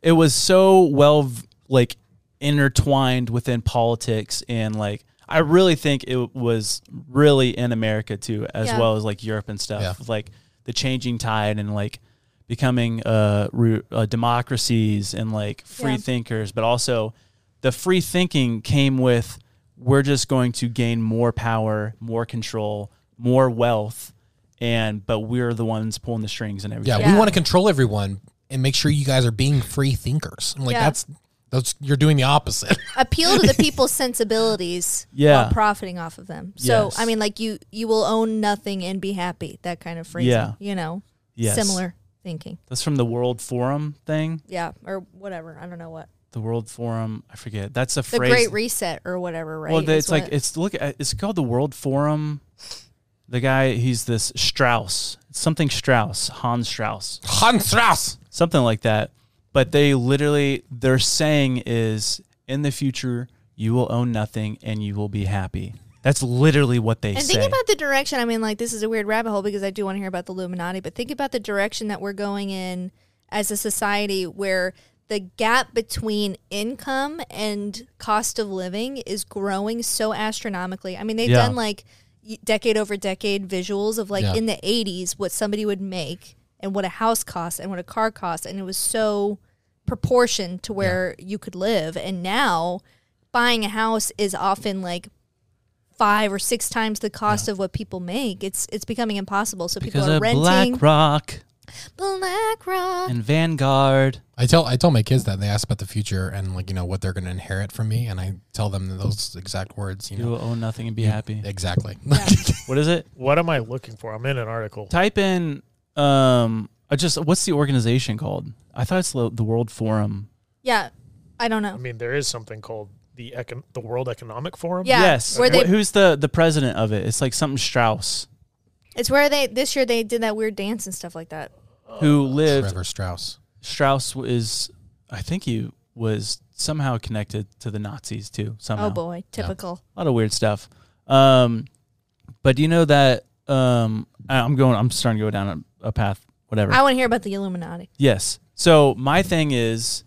Speaker 4: it was so well v- like intertwined within politics and like I really think it was really in America too, as
Speaker 1: Yeah.
Speaker 4: well as like Europe and stuff,
Speaker 3: Yeah.
Speaker 4: like the changing tide and like becoming uh, re- uh democracies and like free
Speaker 1: Yeah.
Speaker 4: thinkers, but also the free thinking came with we're just going to gain more power, more control, more wealth, and but we're the ones pulling the strings and everything.
Speaker 3: Yeah,
Speaker 1: Yeah.
Speaker 3: we want to control everyone and make sure you guys are being free thinkers. I'm like
Speaker 1: Yeah.
Speaker 3: that's that's you're doing the opposite.
Speaker 1: Appeal to the people's sensibilities
Speaker 4: Yeah.
Speaker 1: while profiting off of them. So,
Speaker 4: Yes.
Speaker 1: I mean, like you you will own nothing and be happy. That kind of phrasing.
Speaker 4: Yeah.
Speaker 1: You know,
Speaker 4: Yes.
Speaker 1: similar thinking.
Speaker 4: That's from the World Forum thing.
Speaker 1: Yeah. Or whatever. I don't know what.
Speaker 4: The World Forum, I forget. That's a
Speaker 1: The
Speaker 4: phrase.
Speaker 1: Great Reset or whatever, right?
Speaker 4: well, they-
Speaker 1: is
Speaker 4: it's like
Speaker 1: what-
Speaker 4: it's look. at- It's called the World Forum. The guy, he's this Strauss, something Strauss, Hans Strauss,
Speaker 3: Hans Strauss.
Speaker 4: something like that. But they literally, their saying is, in the future, you will own nothing and you will be happy. That's literally what they
Speaker 1: And
Speaker 4: say.
Speaker 1: think about the direction. I mean, like this is a weird rabbit hole because I do want to hear about the Illuminati, but think about the direction that we're going in as a society where the gap between income and cost of living is growing so astronomically. I mean, they've
Speaker 4: Yeah.
Speaker 1: done like y- decade over decade visuals of like
Speaker 3: Yeah.
Speaker 1: in the 80s what somebody would make and what a house cost and what a car cost and it was so proportioned to where you could live and now buying a house is often like five or six times the cost of what people make. It's it's becoming impossible. So people
Speaker 4: because
Speaker 1: are
Speaker 4: of
Speaker 1: renting
Speaker 4: BlackRock
Speaker 1: BlackRock.
Speaker 4: and Vanguard.
Speaker 3: I tell I tell my kids that they ask about the future and like you know what they're going to inherit from me, and I tell them those exact words. You
Speaker 4: You
Speaker 3: know
Speaker 4: will own nothing and be happy.
Speaker 3: exactly.
Speaker 4: What is it?
Speaker 6: what am i looking for i'm in an article
Speaker 4: Type in um uh, just what's the organization called? I thought it's lo- the World Forum.
Speaker 1: Yeah, I don't
Speaker 6: i
Speaker 1: know.
Speaker 6: mean there is something called the econ- the world economic forum
Speaker 1: Yeah,
Speaker 4: Yes.
Speaker 1: where they-
Speaker 4: Wh- Who's the the president of it? It's like something Strauss
Speaker 1: It's where they this year they did that weird dance and stuff like that.
Speaker 4: who lived.
Speaker 3: Oh, Trevor Strauss.
Speaker 4: Strauss is I think he was somehow connected to the Nazis too. Somehow.
Speaker 1: Oh boy, typical.
Speaker 4: a lot of weird stuff. Um, but do you know that um I- I'm going. I'm starting to go down a, a path. Whatever.
Speaker 1: I want to hear about the Illuminati.
Speaker 4: Yes. So my thing is,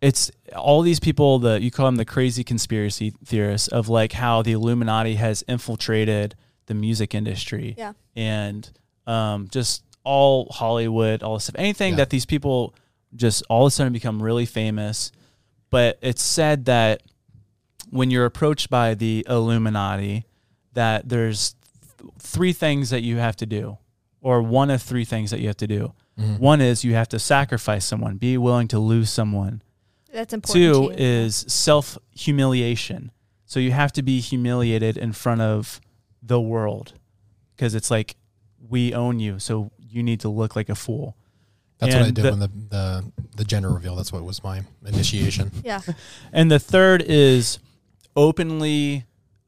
Speaker 4: it's all these people that you call them the crazy conspiracy theorists of like how the Illuminati has infiltrated the music industry
Speaker 1: Yeah.
Speaker 4: and um, just all Hollywood, all this stuff. Anything that these people just all of a sudden become really famous. But it's said that when you're approached by the Illuminati, that there's th- three things that you have to do, or one of three things that you have to do. One is you have to sacrifice someone, be willing to lose someone.
Speaker 1: That's important.
Speaker 4: Two
Speaker 1: to you.
Speaker 4: is self humiliation. So you have to be humiliated in front of the world because it's like we own you, so you need to look like a fool.
Speaker 3: That's what I
Speaker 4: And
Speaker 3: did
Speaker 4: the-
Speaker 3: when the, the the gender reveal. That's what was my initiation.
Speaker 1: yeah,
Speaker 4: And the third is openly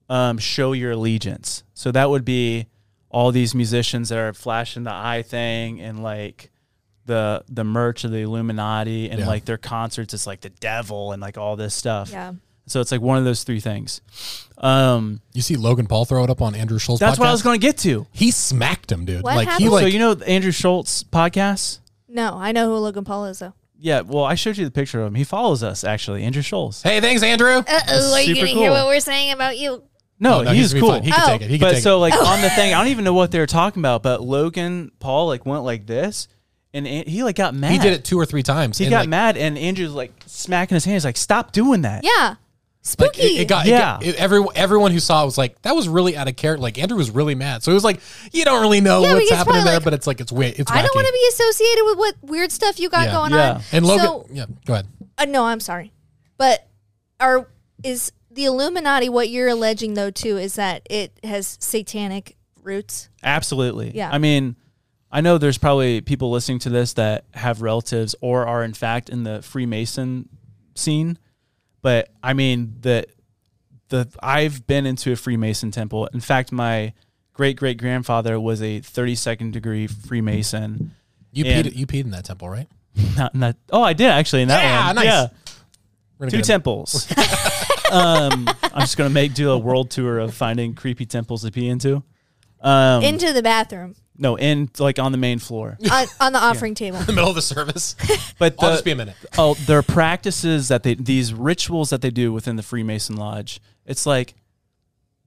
Speaker 4: um, show your allegiance. So that would be all these musicians that are flashing the eye thing and like the the merch of the Illuminati and
Speaker 3: Yeah.
Speaker 4: like their concerts. It's like the devil and like all this stuff.
Speaker 1: yeah.
Speaker 4: So it's like one of those three things. Um,
Speaker 3: You see Logan Paul throw it up on Andrew Schultz.
Speaker 4: that's what I was
Speaker 3: podcast?
Speaker 4: going to get to.
Speaker 3: He smacked him, dude.
Speaker 1: What
Speaker 3: like he
Speaker 1: happened?
Speaker 3: like
Speaker 4: so you know the Andrew Schultz podcast?
Speaker 1: No, I know who Logan Paul is though.
Speaker 4: Yeah, well, I showed you the picture of him. He follows us actually, Andrew Schultz.
Speaker 3: Hey, thanks, Andrew.
Speaker 1: Uh oh,
Speaker 4: are you super gonna hear cool. what
Speaker 1: we're saying about you?
Speaker 4: No,
Speaker 3: Oh, no,
Speaker 4: he's,
Speaker 3: gonna be
Speaker 4: cool.
Speaker 3: fine. He can
Speaker 1: Oh.
Speaker 3: take it. He can
Speaker 4: but
Speaker 3: take
Speaker 4: so
Speaker 3: it.
Speaker 4: like on the thing, I don't even know what they were talking about, but Logan Paul like went like this, and An- he like got mad.
Speaker 3: He did it two or three times.
Speaker 4: He
Speaker 3: and,
Speaker 4: got
Speaker 3: like,
Speaker 4: mad, and Andrew's like smacking his hands, like "Stop doing that."
Speaker 1: Yeah,
Speaker 3: Like
Speaker 1: spooky.
Speaker 3: it, it got
Speaker 4: Yeah.
Speaker 3: yeah. every, everyone who saw it was like that was really out of character. Like Andrew was really mad, so it was like you don't really know
Speaker 1: Yeah,
Speaker 3: what's
Speaker 1: because
Speaker 3: happening
Speaker 1: why,
Speaker 3: there,
Speaker 1: like,
Speaker 3: but it's like it's weird. It's
Speaker 1: I don't
Speaker 3: wacky.
Speaker 1: want to be associated with what weird stuff you got
Speaker 3: Yeah.
Speaker 1: going
Speaker 4: Yeah.
Speaker 1: on.
Speaker 3: And Logan,
Speaker 1: So,
Speaker 3: yeah, go ahead.
Speaker 1: uh, no, I'm sorry, but are is the Illuminati what you're alleging though too is that it has satanic roots?
Speaker 4: Absolutely.
Speaker 1: Yeah.
Speaker 4: I mean, I know there's probably people listening to this that have relatives or are in fact in the Freemason scene, but I mean the the I've been into a Freemason temple. In fact, my great great grandfather was a 32nd degree Freemason.
Speaker 3: You
Speaker 4: And-
Speaker 3: peed. You peed in that temple, right?
Speaker 4: Not, not oh, I did actually in that
Speaker 3: Yeah,
Speaker 4: one.
Speaker 3: nice.
Speaker 4: Yeah,
Speaker 3: We're gonna
Speaker 4: two
Speaker 3: get him.
Speaker 4: temples. um, I'm just gonna make do a world tour of finding creepy temples to pee into. Um,
Speaker 1: Into the bathroom
Speaker 4: no, in like on the main floor.
Speaker 1: on, on the offering table.
Speaker 3: in the middle of the service.
Speaker 4: But
Speaker 3: I'll
Speaker 4: the-
Speaker 3: just be a minute.
Speaker 4: oh, their practices that they these rituals that they do within the Freemason Lodge. It's like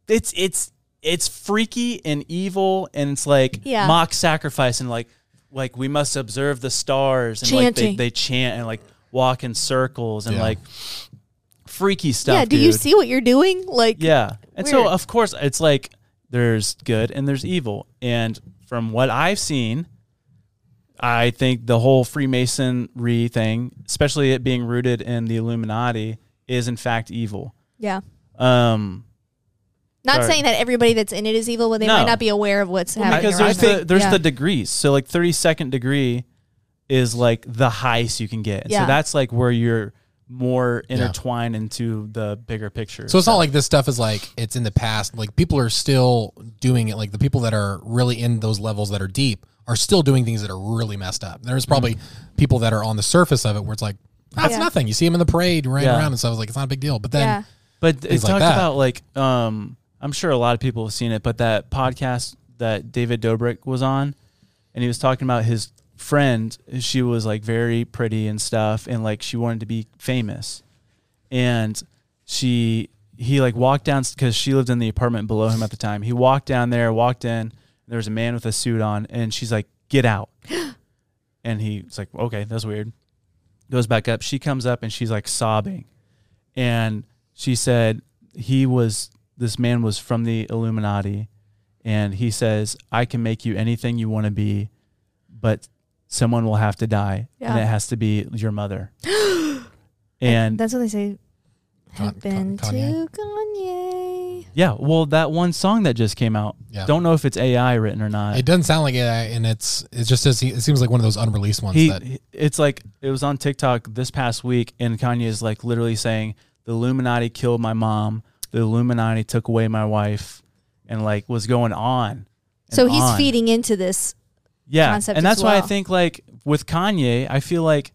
Speaker 4: it's it's it's freaky and evil and it's like
Speaker 1: Yeah.
Speaker 4: mock sacrifice and like like we must observe the stars and like
Speaker 1: Chanting.
Speaker 4: they, they chant and like walk in circles and
Speaker 3: Yeah.
Speaker 4: like freaky stuff.
Speaker 1: Yeah. Do
Speaker 4: dude.
Speaker 1: you see what you're doing? Like,
Speaker 4: Yeah. And so
Speaker 1: Weird.
Speaker 4: of course it's like there's good and there's evil. And from what I've seen, I think the whole Freemasonry thing, especially it being rooted in the Illuminati, is in fact evil.
Speaker 1: yeah.
Speaker 4: Um
Speaker 1: Not
Speaker 4: Sorry.
Speaker 1: saying that everybody that's in it is evil, but they
Speaker 4: No.
Speaker 1: might not be aware of what's happening.
Speaker 4: because
Speaker 1: around
Speaker 4: there's
Speaker 1: them.
Speaker 4: the there's
Speaker 1: Yeah.
Speaker 4: the degrees. So like 32nd degree is like the highest you can get. And
Speaker 1: Yeah.
Speaker 4: so that's like where you're more intertwined into the bigger picture.
Speaker 3: So it's not like this stuff is like it's in the past. Like people are still doing it. Like the people that are really in those levels that are deep are still doing things that are really messed up. There's probably
Speaker 4: Mm-hmm.
Speaker 3: people that are on the surface of it where it's like that's
Speaker 1: Yeah.
Speaker 3: nothing. You see them in the parade running
Speaker 4: Yeah.
Speaker 3: around and stuff. It's like it's not a big deal. But then
Speaker 1: Yeah.
Speaker 4: But it
Speaker 3: things like
Speaker 4: talked
Speaker 3: that.
Speaker 4: about like um, I'm sure a lot of people have seen it, but that podcast that David Dobrik was on, and he was talking about his friend. She was like very pretty and stuff, and like she wanted to be famous, and she he like walked down because she lived in the apartment below him at the time. He walked down there, walked in, and there was a man with a suit on, and she's like, "Get out." And he's like, okay, that's weird. Goes back up. She comes up and she's like sobbing. And she said, he was, this man was from the Illuminati. And he says, I can make you anything you want to be, but someone will have to die. And
Speaker 1: Yeah.
Speaker 4: it has to be your mother. and
Speaker 1: that's what they say.
Speaker 3: Con-
Speaker 1: Have been
Speaker 3: Con-
Speaker 1: to Kanye.
Speaker 4: yeah, well, that one song that just came out,
Speaker 3: Yeah.
Speaker 4: don't know if it's AI written or not.
Speaker 3: it doesn't sound like it, and it's it just is, it seems like one of those unreleased ones
Speaker 4: he,
Speaker 3: that
Speaker 4: he- it's like it was on TikTok this past week, and Kanye is like literally saying the Illuminati killed my mom, the Illuminati took away my wife, and like was going on. and
Speaker 1: So he's
Speaker 4: on.
Speaker 1: feeding into this.
Speaker 4: yeah,
Speaker 1: concept
Speaker 4: and
Speaker 1: as
Speaker 4: that's why I
Speaker 1: well.
Speaker 4: think like with Kanye, I feel like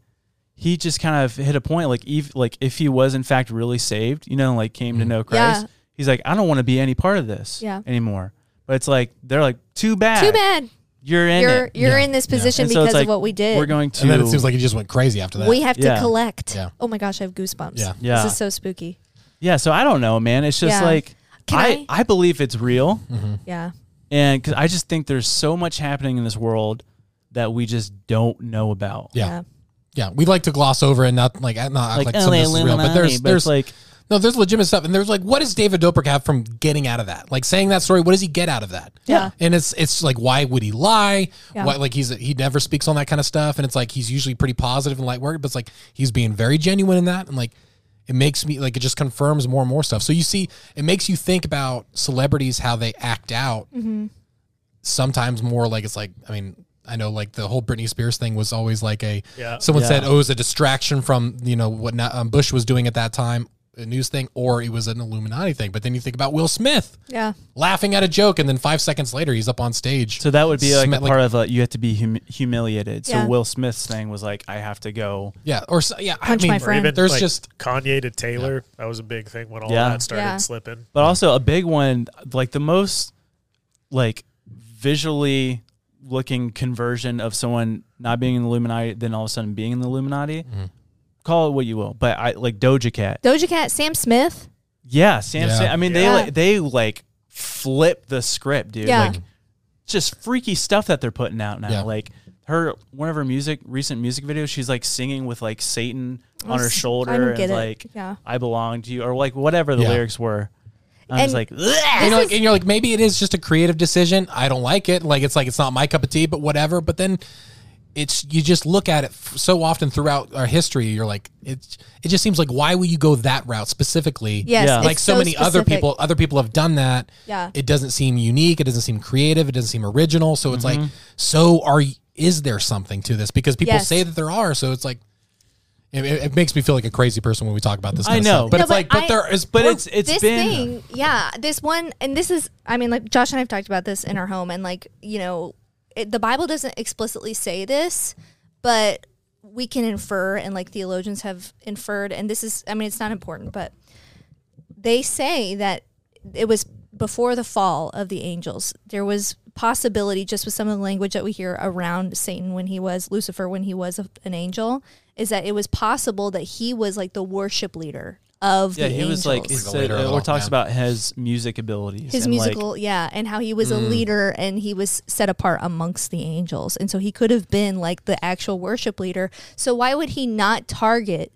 Speaker 4: he just kind of hit a point like if like if he was in fact really saved, you know, like
Speaker 3: Mm-hmm.
Speaker 4: came to know Christ,
Speaker 1: Yeah.
Speaker 4: he's like I don't want to be any part of this
Speaker 1: Yeah.
Speaker 4: anymore. But it's like they're like too bad,
Speaker 1: Too bad
Speaker 4: you're in
Speaker 1: you're
Speaker 4: it.
Speaker 1: you're
Speaker 3: Yeah.
Speaker 1: in this
Speaker 3: Yeah.
Speaker 1: position
Speaker 4: And so it's
Speaker 1: because
Speaker 4: like,
Speaker 1: of what we did.
Speaker 4: We're going to
Speaker 3: and then it seems like he just went crazy after that.
Speaker 1: we have to
Speaker 4: Yeah.
Speaker 1: collect.
Speaker 3: Yeah.
Speaker 1: Oh my gosh, I have goosebumps.
Speaker 3: Yeah.
Speaker 4: Yeah.
Speaker 1: This is so spooky.
Speaker 4: Yeah, so I don't know, man. It's just
Speaker 1: Yeah.
Speaker 4: like
Speaker 1: Can
Speaker 4: I, I believe it's real,
Speaker 3: Mm-hmm.
Speaker 1: Yeah.
Speaker 4: and because I just think there's so much happening in this world that we just don't know about.
Speaker 3: yeah. yeah. we like to gloss over and not like not act like,
Speaker 4: like,
Speaker 3: some of
Speaker 4: LA
Speaker 3: this is real, but
Speaker 4: Illuminati,
Speaker 3: there's
Speaker 4: but
Speaker 3: there's
Speaker 4: it's like
Speaker 3: no there's legitimate stuff, and there's like what does David Dobrik have from getting out of that? Like saying that story, what does he get out of that?
Speaker 1: Yeah.
Speaker 3: and it's it's like why would he lie
Speaker 1: Yeah.
Speaker 3: why like he's he never speaks on that kind of stuff and it's like he's usually pretty positive and light worded but it's like he's being very genuine in that and like it makes me like it just confirms more and more stuff so you see it makes you think about celebrities how they act out sometimes more like it's like i mean I know, like the whole Britney Spears thing was always like a.
Speaker 6: Yeah.
Speaker 3: Someone
Speaker 4: Yeah.
Speaker 3: said, "Oh, it was a distraction from you know what Na- um, Bush was doing at that time." a news thing or it was an Illuminati thing. But then you think about Will Smith
Speaker 1: Yeah.
Speaker 3: laughing at a joke, and then five seconds later he's up on stage.
Speaker 4: So that would be like
Speaker 3: Smi-
Speaker 4: a part of a, you have to be hum- humiliated. So
Speaker 1: Yeah.
Speaker 4: Will Smith's thing was like, I have to go.
Speaker 3: yeah, or so, yeah,
Speaker 1: Punch
Speaker 3: I mean,
Speaker 1: my friend.
Speaker 6: Even
Speaker 3: there's
Speaker 6: like,
Speaker 3: just
Speaker 6: Kanye to Taylor. That was a big thing when all
Speaker 4: Yeah.
Speaker 6: that started
Speaker 1: Yeah.
Speaker 6: slipping.
Speaker 4: But also a big one, like the most like visually looking conversion of someone not being in the Illuminati, then all of a sudden being in the Illuminati.
Speaker 3: Mm-hmm.
Speaker 4: Call it what you will, but I like Doja Cat.
Speaker 1: Doja Cat, Sam Smith.
Speaker 4: Yeah, Sam.
Speaker 3: Yeah.
Speaker 4: Sam I mean, they
Speaker 1: Yeah.
Speaker 4: like they like flip the script, dude.
Speaker 1: Yeah.
Speaker 4: Like just freaky stuff that they're putting out now.
Speaker 3: Yeah.
Speaker 4: Like her one of her music recent music videos, she's like singing with like Satan on her
Speaker 1: Oh, s- I
Speaker 4: shoulder
Speaker 1: don't
Speaker 4: and
Speaker 1: get it.
Speaker 4: like
Speaker 1: Yeah.
Speaker 4: I belong to you or like whatever the
Speaker 3: Yeah.
Speaker 4: lyrics were. I was
Speaker 1: And-
Speaker 4: like, "Ugh."
Speaker 3: and
Speaker 1: This
Speaker 3: you're, like,
Speaker 1: is-
Speaker 3: and you're like, maybe it is just a creative decision. I don't like it. Like it's like it's not my cup of tea, but whatever. But then it's you just look at it f- so often throughout our history. You're like, it's it just seems like why would you go that route specifically?
Speaker 1: Yes.
Speaker 4: Yeah.
Speaker 1: it's
Speaker 3: like so, many other
Speaker 1: specific.
Speaker 3: people other people have done that
Speaker 1: Yeah.
Speaker 3: it doesn't seem unique it doesn't seem creative it doesn't seem original so it's
Speaker 4: Mm-hmm.
Speaker 3: like so are y- is there something to this because people
Speaker 1: Yes.
Speaker 3: say that there are so it's like it, it it makes me feel like a crazy person when we talk about this
Speaker 4: I
Speaker 3: kind
Speaker 4: know.
Speaker 3: of stuff. but
Speaker 1: No,
Speaker 3: it's
Speaker 1: but
Speaker 3: like but
Speaker 1: I-
Speaker 3: there is
Speaker 4: but it's it's
Speaker 1: this
Speaker 4: been
Speaker 1: thing, yeah, this one, and this is, I mean, like Josh and I have talked about this in our home, and like you know, it, the Bible doesn't explicitly say this, but we can infer, and like theologians have inferred, and this is, I mean, it's not important, but they say that it was before the fall of the angels. There was possibility just with some of the language that we hear around Satan when he was Lucifer when he was a, an angel is that it was possible that he was like the worship leader of
Speaker 4: yeah,
Speaker 1: the
Speaker 4: he was like,
Speaker 1: angels
Speaker 3: Like
Speaker 4: it
Speaker 3: a
Speaker 4: said,
Speaker 3: leader
Speaker 4: uh,
Speaker 3: of
Speaker 4: or
Speaker 3: all,
Speaker 4: talks
Speaker 3: yeah.
Speaker 4: about his music abilities.
Speaker 1: his
Speaker 4: and, like, Mm.
Speaker 1: musical yeah and how he was a leader and he was set apart amongst the angels and so he could have been like the actual worship leader so why would he not target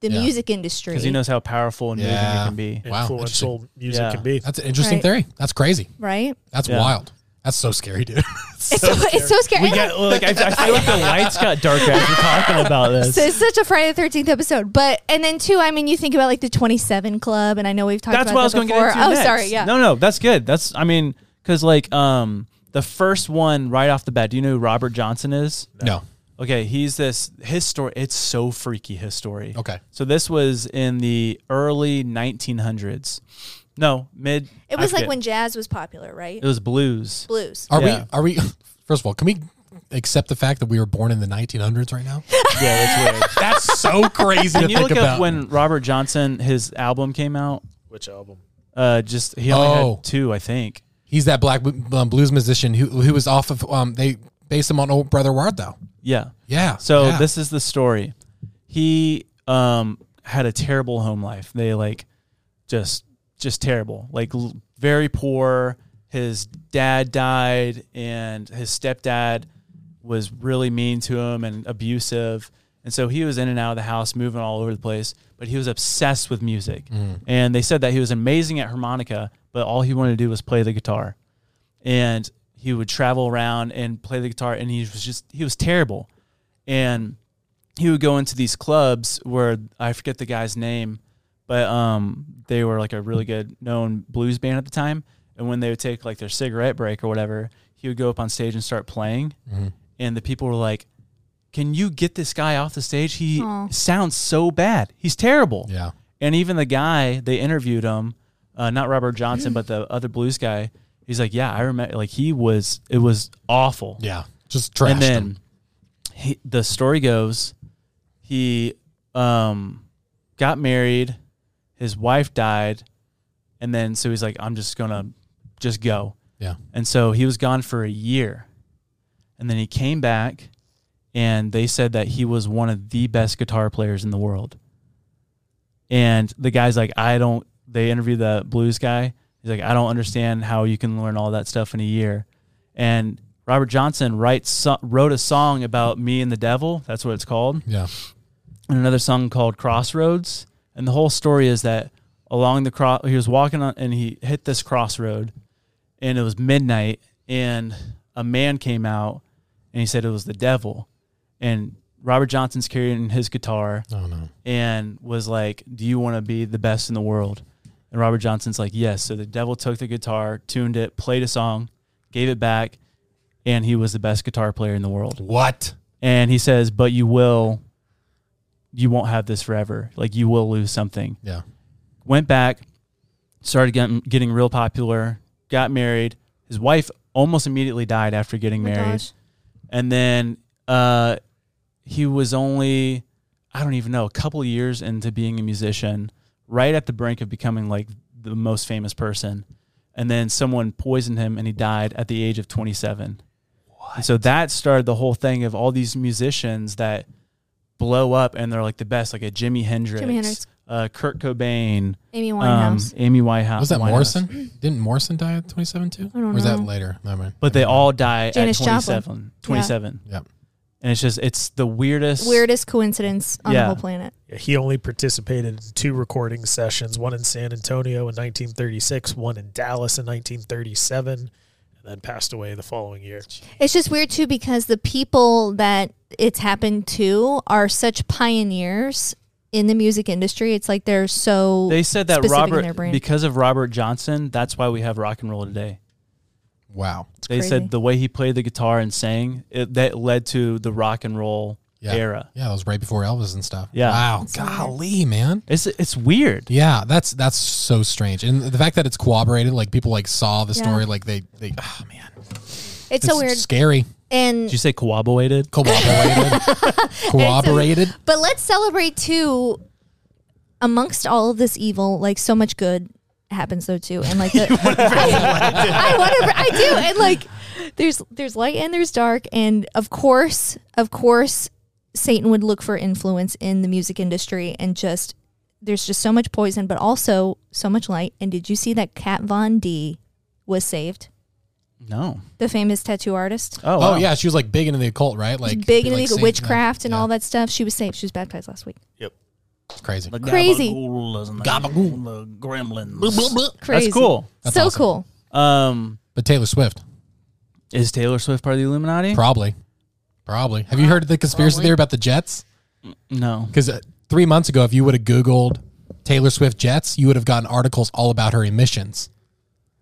Speaker 1: the
Speaker 3: Yeah.
Speaker 1: music industry
Speaker 4: because he knows how powerful and
Speaker 3: Yeah.
Speaker 4: moving it can be.
Speaker 3: Wow,
Speaker 6: Influential music
Speaker 4: Yeah.
Speaker 6: can be.
Speaker 3: that's an interesting
Speaker 1: Right.
Speaker 3: theory that's crazy
Speaker 1: right
Speaker 3: that's
Speaker 4: Yeah.
Speaker 3: wild that's so scary dude
Speaker 1: it's, so, it's so scary
Speaker 4: We got like I, I feel like the lights got darker after talking about this.
Speaker 1: so it's such a Friday the 13th episode but and then too I mean you think about like the 27 club and I know we've talked
Speaker 4: that's
Speaker 1: about
Speaker 4: what I was
Speaker 1: that
Speaker 4: going to get
Speaker 1: before
Speaker 4: into.
Speaker 1: oh
Speaker 4: next.
Speaker 1: sorry yeah
Speaker 4: No, no, that's good. That's I mean, because like um, the first one right off the bat. Do you know who Robert Johnson is?
Speaker 3: no
Speaker 4: Okay, he's this his story. It's so freaky his story.
Speaker 3: Okay.
Speaker 4: so this was in the early 1900s. No, mid.
Speaker 1: it
Speaker 4: I
Speaker 1: was like
Speaker 4: forget.
Speaker 1: when jazz was popular right
Speaker 4: it was blues.
Speaker 1: blues
Speaker 3: are
Speaker 4: Yeah.
Speaker 3: we are we first of all can we accept the fact that we were born in the 1900s right now
Speaker 4: yeah, that's weird.
Speaker 3: that's so crazy to
Speaker 4: Can you
Speaker 3: think
Speaker 4: look
Speaker 3: about
Speaker 4: up when Robert Johnson his album came out?
Speaker 6: Which album?
Speaker 4: Uh, just he only
Speaker 3: Oh.
Speaker 4: had two, I think.
Speaker 3: he's that black um, blues musician who who was off of um they based him on old brother ward though
Speaker 4: Yeah.
Speaker 3: Yeah.
Speaker 4: So
Speaker 3: yeah.
Speaker 4: this is the story. He um had a terrible home life. They like just just terrible. Like l- very poor. His dad died and his stepdad was really mean to him and abusive. And so he was in and out of the house, moving all over the place, but he was obsessed with music.
Speaker 3: Mm.
Speaker 4: And they said that he was amazing at harmonica, but all he wanted to do was play the guitar and he would travel around and play the guitar and he was just he was terrible and he would go into these clubs where i forget the guy's name but um they were like a really good known blues band at the time and when they would take like their cigarette break or whatever he would go up on stage and start playing and the people were like can you get this guy off the stage he sounds so bad he's terrible
Speaker 3: Yeah.
Speaker 4: and even the guy they interviewed him, uh, not Robert Johnson, but the other blues guy. He's like, yeah, I remember. Like he was, it was awful.
Speaker 3: Yeah. Just trashed
Speaker 4: and then
Speaker 3: him.
Speaker 4: he, the story goes, he um, got married, his wife died, and then so he's like, I'm just gonna just go.
Speaker 3: Yeah.
Speaker 4: And so he was gone for a year. And then he came back and they said that he was one of the best guitar players in the world. And the guy's like, I don't they interviewed the blues guy. He's like, I don't understand how you can learn all that stuff in a year. And Robert Johnson writes so- wrote a song about me and the devil. That's what it's called
Speaker 3: Yeah.
Speaker 4: and another song called Crossroads. And the whole story is that along the cross, he was walking on and he hit this crossroad, and it was midnight, and a man came out, and he said it was the devil, and Robert Johnson's carrying his guitar,
Speaker 3: Oh no.
Speaker 4: and was like, "Do you want to be the best in the world?" And Robert Johnson's like, "Yes." So the devil took the guitar, tuned it, played a song, gave it back, and he was the best guitar player in the world
Speaker 3: What?
Speaker 4: and he says, "But you will, you won't have this forever. Like you will lose something."
Speaker 3: Yeah.
Speaker 4: went back, started getting, getting real popular, got married. His wife almost immediately died after getting
Speaker 1: Oh my
Speaker 4: married.
Speaker 1: gosh.
Speaker 4: And then uh, he was only, I don't even know, a couple years into being a musician, right at the brink of becoming like the most famous person. And then someone poisoned him and he died at the age of 27. And so that started the whole thing of all these musicians that blow up and they're like the best, like a Jimi Hendrix,
Speaker 1: Hendrix.
Speaker 4: Uh, Kurt Cobain,
Speaker 1: Amy
Speaker 4: um,
Speaker 1: Winehouse.
Speaker 4: Amy Whitehouse.
Speaker 3: Was that
Speaker 4: Winehouse.
Speaker 3: Morrison? Didn't Morrison die at 27 too?
Speaker 1: I don't
Speaker 3: or was that
Speaker 1: know.
Speaker 3: later? Never mind.
Speaker 4: But they all die
Speaker 1: Janis
Speaker 4: at
Speaker 1: Joplin.
Speaker 4: 27. 27.
Speaker 3: Yep.
Speaker 4: And it's just, it's the weirdest.
Speaker 1: Weirdest coincidence on the
Speaker 4: Um, Yeah.
Speaker 1: whole planet.
Speaker 6: Yeah, he only participated in two recording sessions, one in San Antonio in 1936, one in Dallas in 1937, and then passed away the following year.
Speaker 1: It's just weird too because the people that it's happened to are such pioneers in the music industry. It's like they're so
Speaker 4: They said that
Speaker 1: specific in their
Speaker 4: Robert,
Speaker 1: brand.
Speaker 4: because of Robert Johnson, that's why we have rock and roll today.
Speaker 3: Wow.
Speaker 4: they
Speaker 1: crazy.
Speaker 4: said the way he played the guitar and sang, it, that led to the rock and roll
Speaker 3: Yeah.
Speaker 4: era.
Speaker 3: Yeah, that was right before Elvis and stuff.
Speaker 4: Yeah.
Speaker 3: Wow. Golly, man.
Speaker 4: It's, it's weird.
Speaker 3: Yeah, that's that's so strange, and the fact that it's corroborated, like people like saw the
Speaker 1: Yeah.
Speaker 3: story, like they they, oh man,
Speaker 1: it's
Speaker 3: it's
Speaker 1: so weird.
Speaker 3: scary.
Speaker 1: And
Speaker 4: Did you say corroborated?
Speaker 3: Corroborated, corroborated.
Speaker 1: But let's celebrate too. Amongst all of this evil, like so much good happens though too, and like the, I, I want to, I do, and like there's there's light and there's dark, and of course, of course, Satan would look for influence in the music industry, and just there's just so much poison, but also so much light. And did you see that Kat Von D was saved,
Speaker 4: No.
Speaker 1: the famous tattoo artist?
Speaker 4: Oh,
Speaker 3: Oh
Speaker 4: wow.
Speaker 3: yeah, she was like big into the occult, right? Like
Speaker 1: big into
Speaker 3: like,
Speaker 1: the
Speaker 3: Satan-
Speaker 1: witchcraft and
Speaker 3: yeah,
Speaker 1: all that stuff. She was saved. She was baptized last week.
Speaker 3: It's crazy.
Speaker 1: Crazy.
Speaker 4: Gabagool. Gremlins.
Speaker 1: Crazy.
Speaker 4: That's cool.
Speaker 3: That's
Speaker 1: so
Speaker 3: awesome.
Speaker 1: cool.
Speaker 4: Um,
Speaker 3: But Taylor Swift,
Speaker 4: is Taylor Swift part of the Illuminati?
Speaker 3: probably, probably. Have you heard the conspiracy theory about the Jets?
Speaker 4: no.
Speaker 3: Because uh, three months ago, if you would have Googled Taylor Swift Jets, you would have gotten articles all about her emissions,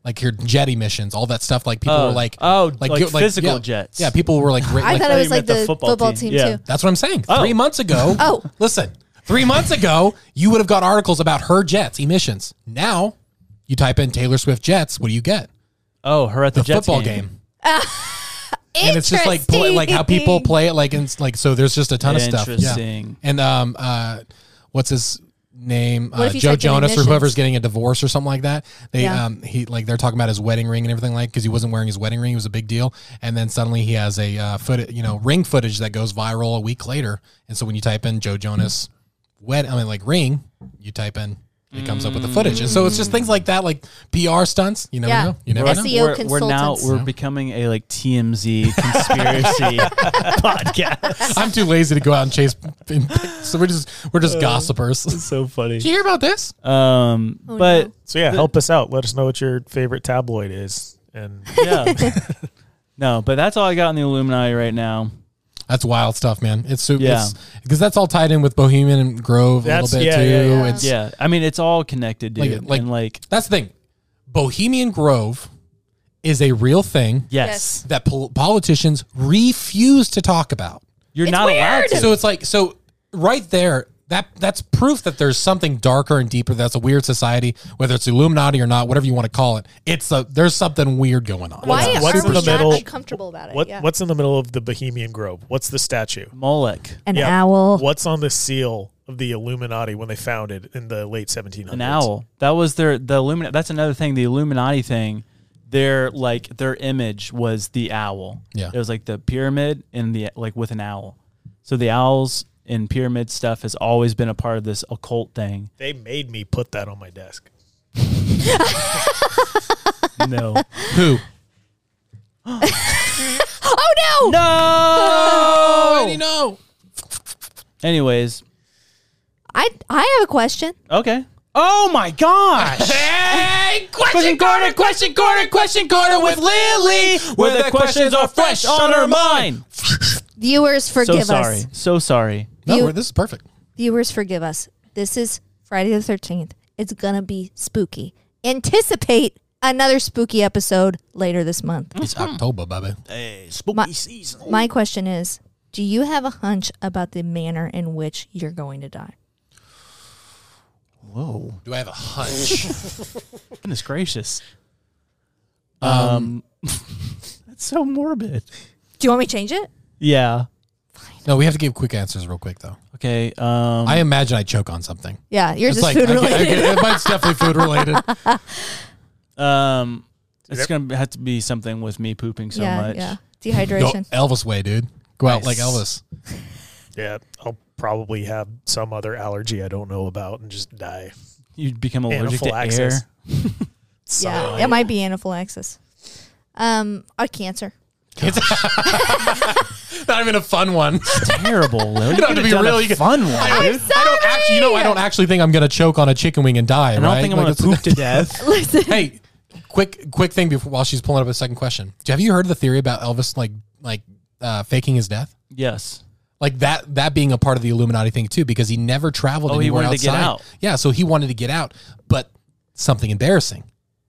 Speaker 3: like her jet emissions, all that stuff. Like people
Speaker 4: Oh.
Speaker 3: were like,
Speaker 4: Oh, like
Speaker 3: you-
Speaker 4: physical
Speaker 3: yeah,
Speaker 4: jets.
Speaker 3: Yeah, people were like, ra-
Speaker 1: I
Speaker 3: like
Speaker 1: thought
Speaker 4: thought
Speaker 1: it
Speaker 4: you
Speaker 1: was like
Speaker 4: meant
Speaker 1: the, football, team,
Speaker 4: Yeah.
Speaker 1: too.
Speaker 3: That's what I'm saying.
Speaker 4: Oh.
Speaker 3: Three months ago.
Speaker 1: Oh.
Speaker 3: Listen, three months ago, you would have got articles about her jets emissions. Now, you type in Taylor Swift jets. What do you get?
Speaker 4: Oh, her at the,
Speaker 3: The
Speaker 4: Jets
Speaker 3: football game.
Speaker 4: game.
Speaker 3: And it's just like play, like how people play it. Like and it's like so. There's just a ton of stuff. Yeah.
Speaker 4: Interesting.
Speaker 3: And um, uh, what's his name?
Speaker 1: What
Speaker 3: Uh,
Speaker 1: if you
Speaker 3: Joe
Speaker 1: typed in
Speaker 3: Jonas or
Speaker 1: emissions?
Speaker 3: whoever's getting a divorce or something like that. They
Speaker 1: Yeah.
Speaker 3: um he like they're talking about his wedding ring and everything like because he wasn't wearing his wedding ring. It was a big deal. And then suddenly he has a uh, foot you know ring footage that goes viral a week later. And so when you type in Joe Jonas wed I mean like ring, you type in. It comes up with the footage, and so it's just things like that, like PR stunts. You never
Speaker 1: Yeah.
Speaker 3: know. You never
Speaker 1: We're-
Speaker 3: know.
Speaker 1: SEO
Speaker 4: we're, we're now
Speaker 1: consultants.
Speaker 4: we're becoming a like TMZ conspiracy podcast.
Speaker 3: I'm too lazy to go out and chase. So we're just we're
Speaker 6: Uh,
Speaker 3: just gossipers. Did
Speaker 4: so funny.
Speaker 3: you hear about this?
Speaker 4: Um,
Speaker 1: Oh,
Speaker 4: but
Speaker 6: So yeah, help us out. Let us know what your favorite tabloid is. And
Speaker 4: yeah, no, but that's all I got on the Illuminati right now.
Speaker 3: That's wild stuff, man. It's super.
Speaker 4: Yeah.
Speaker 3: because that's all tied in with Bohemian and Grove
Speaker 6: That's-
Speaker 3: a little bit
Speaker 6: yeah,
Speaker 3: too.
Speaker 6: yeah, yeah.
Speaker 3: It's
Speaker 4: Yeah, I mean it's all connected,
Speaker 3: Like-
Speaker 4: dude.
Speaker 3: like-
Speaker 4: and like
Speaker 3: that's the thing. Bohemian Grove is a real thing
Speaker 4: yes,
Speaker 3: that pol- politicians refuse to talk about.
Speaker 4: you're not allowed to.
Speaker 3: So it's like so right there. That that's proof that there's something darker and deeper. That's a weird society, whether it's Illuminati or not, whatever you want to call it. It's a there's something weird going on.
Speaker 1: Why
Speaker 6: What's- what's
Speaker 1: are we
Speaker 6: in the
Speaker 1: not
Speaker 6: middle-
Speaker 1: uncomfortable about it?
Speaker 6: what
Speaker 1: yeah.
Speaker 6: what's in the middle of the Bohemian Grove? What's the statue?
Speaker 4: Moloch,
Speaker 1: An
Speaker 6: Yeah.
Speaker 1: owl.
Speaker 6: What's on the seal of the Illuminati when they founded in the late 1700s?
Speaker 4: an owl. That was their the Illuminati. That's another thing. The Illuminati thing. Their like their image was the owl.
Speaker 3: Yeah.
Speaker 4: it was like the pyramid and the like with an owl. So the owls and pyramid stuff has always been a part of this occult thing.
Speaker 6: They made me put that on my desk.
Speaker 4: No,
Speaker 3: Who?
Speaker 1: Oh, no.
Speaker 4: no.
Speaker 3: Already know.
Speaker 4: Anyways,
Speaker 1: I, I have a question.
Speaker 4: okay. Oh my gosh!
Speaker 3: Hey, question corner, question corner, question corner with Lily,
Speaker 4: Where the questions are fresh on her mind.
Speaker 1: Viewers,
Speaker 4: So
Speaker 1: forgive
Speaker 4: sorry.
Speaker 1: us.
Speaker 4: So sorry.
Speaker 3: No,
Speaker 1: You-
Speaker 3: we're- this is perfect.
Speaker 1: Viewers, forgive us. This is Friday the 13th. It's going to be spooky. Anticipate another spooky episode later this month.
Speaker 3: It's October, baby.
Speaker 1: My, my question is Do you have a hunch about the manner in which you're going to die?
Speaker 4: Whoa.
Speaker 3: Do I have a hunch?
Speaker 4: Goodness gracious. Um, that's so morbid.
Speaker 1: Do you want me to change it?
Speaker 4: Yeah.
Speaker 3: no, we have to give quick answers real quick though.
Speaker 4: Okay. Um,
Speaker 3: I imagine I choke on something.
Speaker 1: Yeah, yours
Speaker 3: It's
Speaker 1: is
Speaker 3: like
Speaker 1: food
Speaker 3: I get- I
Speaker 1: related.
Speaker 3: get- it- mine's definitely food related.
Speaker 4: um, it's gonna have to be something with me pooping so
Speaker 1: yeah,
Speaker 4: much.
Speaker 1: yeah.
Speaker 3: Go
Speaker 1: Dehydration.
Speaker 3: Elvis way, dude. Go out like
Speaker 4: Nice.
Speaker 3: Elvis.
Speaker 6: Yeah, I'll probably have some other allergy I don't know about and just die.
Speaker 4: You'd become allergic to air.
Speaker 6: Anaphylaxis.
Speaker 1: Yeah,
Speaker 6: Sunlight.
Speaker 1: it might be anaphylaxis. Um, a cancer.
Speaker 3: Not even a fun one.
Speaker 4: Terrible. Lil. You
Speaker 3: have
Speaker 4: could
Speaker 3: to
Speaker 4: have
Speaker 3: be
Speaker 4: done
Speaker 3: really
Speaker 4: a
Speaker 3: good.
Speaker 4: fun one.
Speaker 3: I don't, I don't actually. You know, I don't actually think I'm gonna choke on a chicken wing and die.
Speaker 4: I
Speaker 3: right?
Speaker 4: don't think I'm
Speaker 3: Like,
Speaker 4: gonna
Speaker 3: it's-
Speaker 4: poop to death.
Speaker 1: Listen,
Speaker 3: hey, quick, quick thing before while she's pulling up a second question. Have you heard the theory about Elvis like like uh, faking his death?
Speaker 4: yes.
Speaker 3: Like that that being a part of the Illuminati thing too, because he never traveled.
Speaker 4: Oh, he
Speaker 3: anywhere
Speaker 4: wanted to get
Speaker 3: outside.
Speaker 4: out.
Speaker 3: Yeah, so he wanted to get out, but something embarrassing.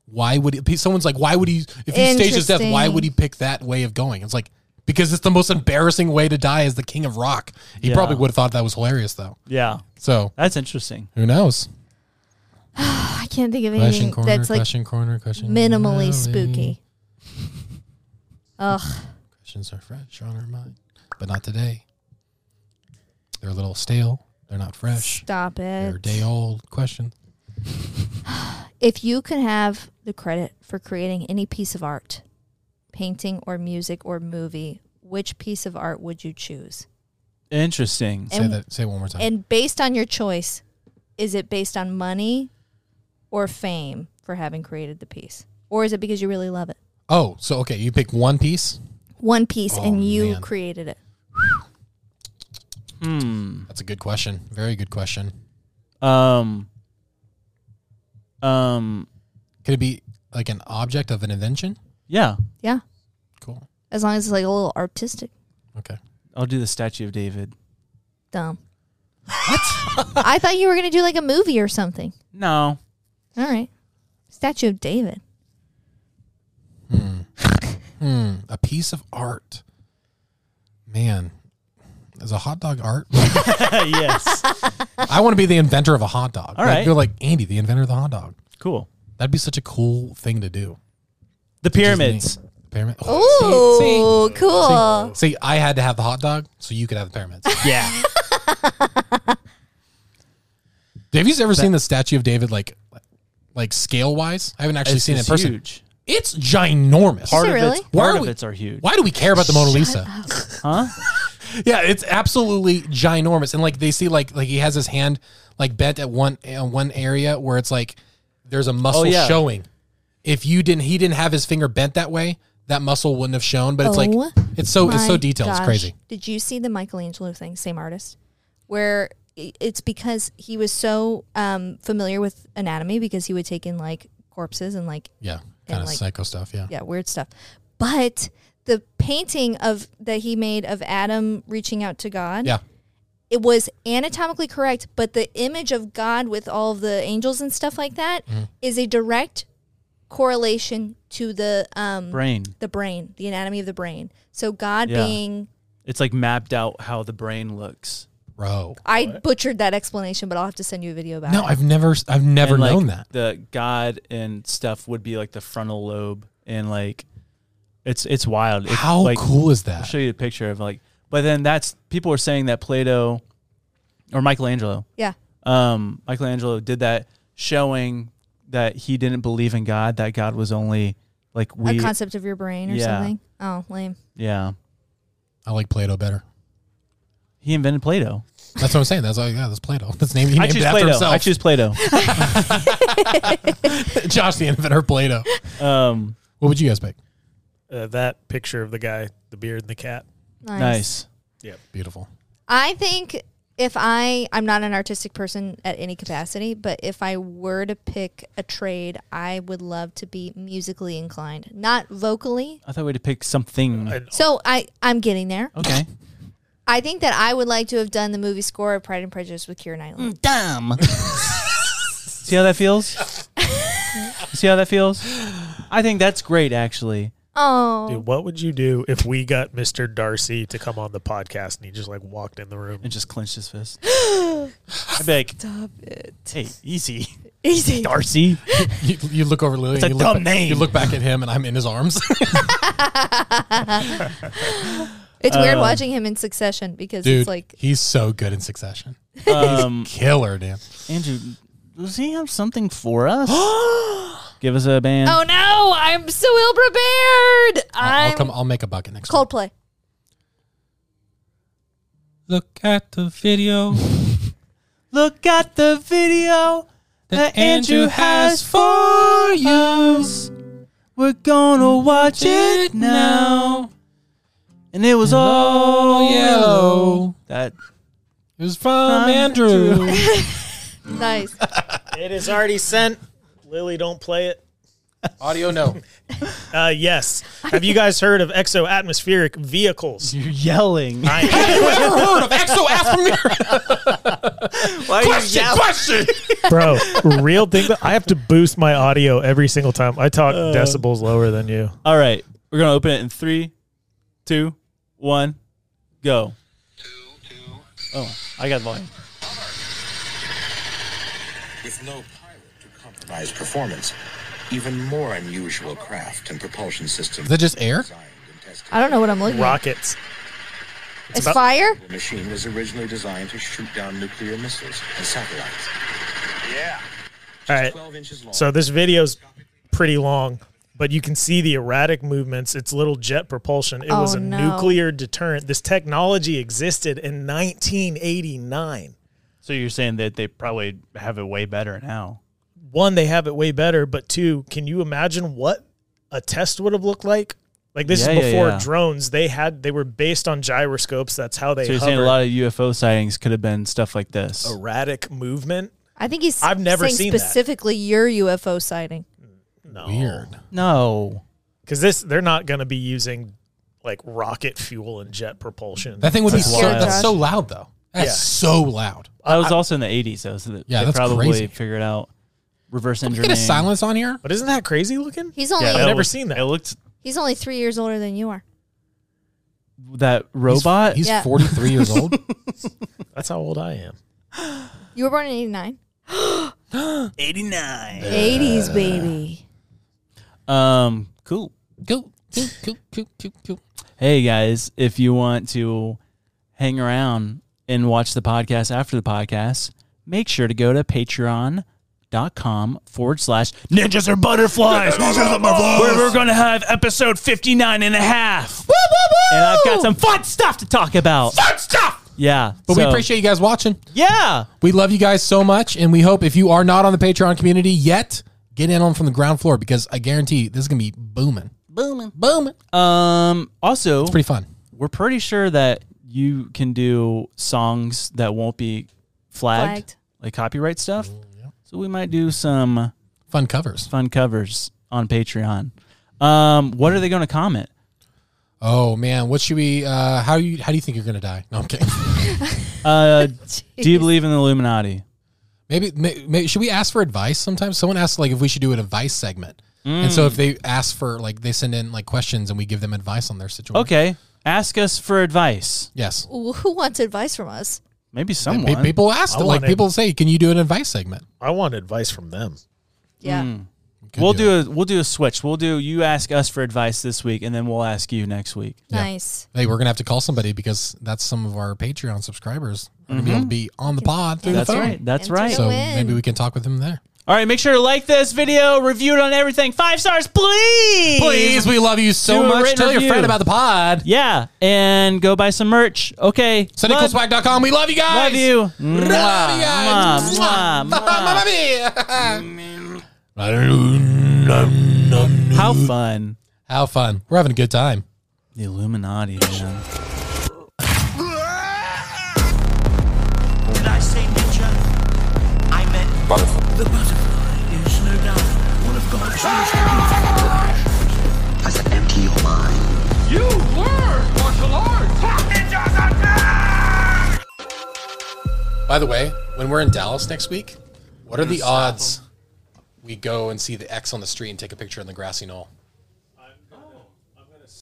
Speaker 3: Why would he, someone's like? Why would he? If he staged his death, why
Speaker 1: Interesting.
Speaker 3: would he pick that way of going? It's like because it's the most embarrassing way to die as the king of rock. He
Speaker 4: Yeah.
Speaker 3: probably would have thought that was hilarious though.
Speaker 4: Yeah.
Speaker 3: So
Speaker 4: That's interesting.
Speaker 3: who knows?
Speaker 1: I can't think of
Speaker 3: Question
Speaker 1: anything
Speaker 3: corner,
Speaker 1: that's like
Speaker 3: question corner, question
Speaker 1: minimally
Speaker 3: alley.
Speaker 1: spooky. Ugh.
Speaker 3: Questions are fresh on our mind, but not today. They're a little stale. They're not fresh.
Speaker 1: Stop
Speaker 3: They're
Speaker 1: it.
Speaker 3: day old questions.
Speaker 1: If you could have the credit for creating any piece of art, painting or music or movie, which piece of art would you choose?
Speaker 4: Interesting.
Speaker 3: Say
Speaker 1: And-
Speaker 3: that. Say it one more time.
Speaker 1: And based on your choice, is it based on money or fame for having created the piece? Or is it because you really love it?
Speaker 3: oh, so okay, you pick one piece.
Speaker 1: One piece
Speaker 3: Oh,
Speaker 1: and you
Speaker 3: man.
Speaker 1: created it.
Speaker 4: Hmm.
Speaker 3: That's a good question. Very good question.
Speaker 4: Um. Um.
Speaker 3: Could it be like an object of an invention?
Speaker 4: Yeah.
Speaker 1: Yeah.
Speaker 3: Cool.
Speaker 1: As long as it's like a little artistic.
Speaker 3: Okay.
Speaker 4: I'll do the Statue of David.
Speaker 1: Dumb. What? I thought you were going to do like a movie or something.
Speaker 4: No.
Speaker 1: All right. Statue of David.
Speaker 3: Hmm. A piece of art. Man, is a hot dog art?
Speaker 4: yes.
Speaker 3: I want to be the inventor of a hot dog.
Speaker 4: All
Speaker 3: like,
Speaker 4: right.
Speaker 3: You're like Andy, the inventor of the hot dog.
Speaker 4: Cool.
Speaker 3: That'd be such a cool thing to do. oh,
Speaker 4: The pyramids.
Speaker 3: Disney. Pyramid.
Speaker 1: Ooh, cool.
Speaker 3: See, see, I had to have the hot dog, so you could have the pyramids.
Speaker 4: Yeah.
Speaker 3: have you ever seen the Statue of David, like, like scale wise? I haven't actually
Speaker 4: It's
Speaker 3: seen it in
Speaker 4: it's
Speaker 3: person.
Speaker 4: Huge.
Speaker 3: It's ginormous.
Speaker 1: Part- it
Speaker 4: of
Speaker 1: really?
Speaker 4: it's,
Speaker 3: Why
Speaker 4: part
Speaker 3: are
Speaker 4: of
Speaker 3: we-
Speaker 4: it's are huge.
Speaker 3: Why do we care about the Mona Lisa?
Speaker 4: Huh?
Speaker 3: Yeah, it's absolutely ginormous, and like they see, like like he has his hand like bent at one uh, one area where it's like there's a muscle
Speaker 4: Oh, yeah.
Speaker 3: showing. If you didn't, he didn't have his finger bent that way, that muscle wouldn't have shown. But it's
Speaker 1: Oh
Speaker 3: like it's so it's so
Speaker 1: My
Speaker 3: detailed. It's
Speaker 1: gosh.
Speaker 3: crazy.
Speaker 1: Did you see the Michelangelo thing? Same artist, where i- it's because he was so um, familiar with anatomy because he would take in like corpses and like
Speaker 3: Yeah, kind of
Speaker 1: like-
Speaker 3: psycho stuff. Yeah.
Speaker 1: yeah weird stuff. But the painting of that he made of Adam reaching out to God,
Speaker 3: yeah.
Speaker 1: it was anatomically correct, but the image of God with all of the angels and stuff like that is a direct correlation to the um,
Speaker 4: Brain.
Speaker 1: the brain, the anatomy of the brain. So God
Speaker 4: Yeah.
Speaker 1: being
Speaker 4: It's like mapped out how the brain looks.
Speaker 3: bro.
Speaker 1: I butchered that explanation, but I'll have to send you a video about
Speaker 3: No,
Speaker 1: it.
Speaker 3: I've never, I've never
Speaker 4: And, like,
Speaker 3: known that.
Speaker 4: The God and stuff would be like the frontal lobe and like it's it's wild. It's
Speaker 3: How
Speaker 4: like,
Speaker 3: cool is
Speaker 4: I'll
Speaker 3: that?
Speaker 4: show you a picture of like but then that's people are saying that Plato or Michelangelo.
Speaker 1: yeah,
Speaker 4: Um Michelangelo did that showing that he didn't believe in God, that God was only like we
Speaker 1: a concept of your brain or
Speaker 4: Yeah.
Speaker 1: something. Oh, lame.
Speaker 4: Yeah.
Speaker 3: I like Plato better.
Speaker 4: He invented Plato.
Speaker 3: That's what I'm saying. That's like, yeah, that's Plato. That's named, he named
Speaker 4: I choose
Speaker 3: it after
Speaker 4: Plato.
Speaker 3: himself.
Speaker 4: I choose Plato.
Speaker 3: Josh the inventor of Plato.
Speaker 4: Um
Speaker 3: What would you guys pick?
Speaker 6: Uh, that picture of the guy, the beard and the cat.
Speaker 1: Nice.
Speaker 4: nice.
Speaker 3: Beautiful.
Speaker 1: I think if I I'm not an artistic person at any capacity, but if I were to pick a trade, I would love to be musically inclined, not vocally.
Speaker 4: I thought we'd pick something.
Speaker 6: I-
Speaker 1: So I I'm getting there.
Speaker 4: okay.
Speaker 1: I think that I would like to have done the movie score of Pride and Prejudice with Keira
Speaker 4: Hmm.
Speaker 1: Knightley.
Speaker 4: Dumb. See how that feels? See how that feels? I think that's great, actually.
Speaker 1: Oh,
Speaker 6: Dude, what would you do if we got Mr. Darcy to come on the podcast and he just like walked in the room?
Speaker 4: and just clenched his fist. I'd be like,
Speaker 1: stop it.
Speaker 4: hey, easy,
Speaker 1: Easy.
Speaker 4: Darcy.
Speaker 3: You, you look over Lily.
Speaker 4: It's a
Speaker 3: and you
Speaker 4: dumb
Speaker 3: look, ba-
Speaker 4: name.
Speaker 3: You look back at him, and I'm in his arms.
Speaker 1: It's weird watching him in succession because
Speaker 3: Dude,
Speaker 1: it's like
Speaker 3: he's so good in Succession.
Speaker 4: Um,
Speaker 3: Killer, dude.
Speaker 4: Andrew, does he have something for us? Give us a band.
Speaker 1: Oh no, I'm so ill prepared.
Speaker 3: I'll,
Speaker 1: I'm
Speaker 3: I'll come. I'll make a bucket next. time.
Speaker 1: Coldplay.
Speaker 4: Look at the video. Look at the video that Andrew has for you. We're gonna watch it now. And it was all yellow. That
Speaker 3: It was from
Speaker 4: Andrew.
Speaker 3: Andrew.
Speaker 1: Nice.
Speaker 9: It is already sent. Lily, don't play it.
Speaker 3: Audio no.
Speaker 6: Uh, yes. Have you guys heard of exo atmospheric vehicles?
Speaker 4: you're yelling.
Speaker 3: Heard of Exo Aspermir?
Speaker 9: Why are you yelling?
Speaker 3: Question.
Speaker 6: Bro, real thing. I have to boost my audio every single time. I talk decibels lower than you.
Speaker 4: All right, we're gonna open it in three, two, one, go. Oh, I got volume.
Speaker 10: With no pilot to compromise performance, even more unusual craft and propulsion systems.
Speaker 3: Is that just air?
Speaker 10: designed and tested.
Speaker 1: I don't know what I'm looking at.
Speaker 6: Rockets.
Speaker 1: It's
Speaker 6: about-
Speaker 1: fire?
Speaker 10: The machine was originally designed to shoot down nuclear missiles and satellites. Yeah.
Speaker 6: All right.
Speaker 10: 12 inches long.
Speaker 6: So this video's pretty long, but you can see the erratic movements. It's little jet propulsion. It was
Speaker 1: Oh,
Speaker 6: a
Speaker 1: no.
Speaker 6: nuclear deterrent. This technology existed in 1989.
Speaker 4: So you're saying that they probably have it way better now?
Speaker 6: One, they have it way better, but two, can you imagine what a test would have looked like? Like this
Speaker 4: Yeah,
Speaker 6: is
Speaker 4: yeah,
Speaker 6: before
Speaker 4: yeah.
Speaker 6: drones. They had they were based on gyroscopes. That's how they
Speaker 4: So you're saying a
Speaker 6: hovered.
Speaker 4: lot of UFO sightings could have been stuff like this?
Speaker 6: erratic movement.
Speaker 1: I think he's
Speaker 6: I've never
Speaker 1: saying
Speaker 6: seen that.
Speaker 1: specifically your UFO sighting.
Speaker 6: No.
Speaker 3: Weird.
Speaker 4: No.
Speaker 6: Because this they're not gonna be using like rocket fuel and jet propulsion.
Speaker 3: That thing would be
Speaker 1: That's
Speaker 3: so,
Speaker 1: wild.
Speaker 3: that's so loud though. That's
Speaker 6: Yeah.
Speaker 3: so loud.
Speaker 4: That was also in the 80s, though, so that
Speaker 3: Yeah,
Speaker 4: they
Speaker 3: that's
Speaker 4: probably
Speaker 3: crazy.
Speaker 4: figured out reverse
Speaker 3: Can we get a
Speaker 4: engineering.
Speaker 3: silence on here?
Speaker 6: but isn't that crazy looking?
Speaker 1: He's only
Speaker 6: I've
Speaker 4: that
Speaker 6: never
Speaker 4: looked-
Speaker 6: seen that.
Speaker 4: It looked
Speaker 1: he's only three years older than you are.
Speaker 4: that robot.
Speaker 3: He's
Speaker 1: Yeah.
Speaker 3: 43 years old.
Speaker 6: That's how old I am.
Speaker 1: You were born in eighty nine.
Speaker 4: 89.
Speaker 1: Eighties baby.
Speaker 4: Um, cool.
Speaker 3: Cool, cool, cool, cool, cool, cool.
Speaker 4: Hey guys, if you want to hang around and watch the podcast after the podcast, make sure to go to patreon.com forward slash ninjas or butterflies. Where we're going to have episode 59 and a half. And I've got some fun stuff to talk about. Fun stuff! Yeah.
Speaker 3: But we
Speaker 4: so-
Speaker 3: appreciate you guys watching.
Speaker 4: Yeah.
Speaker 3: We love you guys so much, and we hope if you are not on the Patreon community yet, get in on from the ground floor because I guarantee you, this is gonna be booming, booming, booming.
Speaker 4: Um also
Speaker 3: Pretty fun.
Speaker 4: we're pretty sure that you can do songs that won't be flagged,
Speaker 1: Flagged.
Speaker 4: like copyright stuff.
Speaker 3: Oh,
Speaker 4: So we might do some
Speaker 3: Fun covers.
Speaker 4: fun covers on Patreon. Um, what are they going to comment?
Speaker 3: Oh man, what should we? Uh, how you? How do you think you're gonna die? No, I'm kidding.
Speaker 4: Uh, do you believe in the Illuminati?
Speaker 3: Maybe, may- may should we ask for advice sometimes? Someone asked like if we should do an advice segment, and so if they ask for like they send in like questions and we give them advice on their situation.
Speaker 4: Okay, ask us for advice.
Speaker 3: Yes.
Speaker 1: Ooh, Who wants advice from us?
Speaker 4: Maybe
Speaker 3: Pe-
Speaker 4: someone.
Speaker 3: people ask
Speaker 6: I
Speaker 3: like
Speaker 6: want it.
Speaker 3: people say, can you do an advice segment?
Speaker 6: I want advice from them.
Speaker 1: Yeah.
Speaker 3: We could
Speaker 4: we'll
Speaker 3: it.
Speaker 4: do a we'll do a switch. We'll do you ask us for advice this week, and then we'll ask you next week.
Speaker 1: Nice.
Speaker 3: Hey, we're gonna have to call somebody because that's some of our Patreon subscribers are gonna be able to be Mm-hmm. on the pod through
Speaker 4: That's
Speaker 3: the phone.
Speaker 4: right. That's
Speaker 1: Enter
Speaker 4: right.
Speaker 1: the
Speaker 3: So
Speaker 1: win.
Speaker 3: maybe we can talk with them there.
Speaker 4: All right, make sure to like this video, review it on everything, five stars, please.
Speaker 3: Please, we love you so
Speaker 4: Do a
Speaker 3: much.
Speaker 4: written
Speaker 3: Tell your
Speaker 4: review.
Speaker 3: friend about the pod.
Speaker 4: Yeah, and go buy some merch. Okay, love, love
Speaker 3: CynicalSwag.com. We love you guys.
Speaker 4: you. Mwah,
Speaker 3: Love you guys.
Speaker 4: mwah, mwah, mwah. How fun!
Speaker 3: How fun. We're having a good time.
Speaker 4: The Illuminati, man.
Speaker 11: Did I say ninja? I meant butterfly. The butterfly is no doubt one of God's most beautiful creations.
Speaker 10: Has an empty your mind.
Speaker 12: You learn martial arts.
Speaker 3: By the way, when we're in Dallas next week, what are the odds we go and see the X on the street and take a picture on the grassy knoll?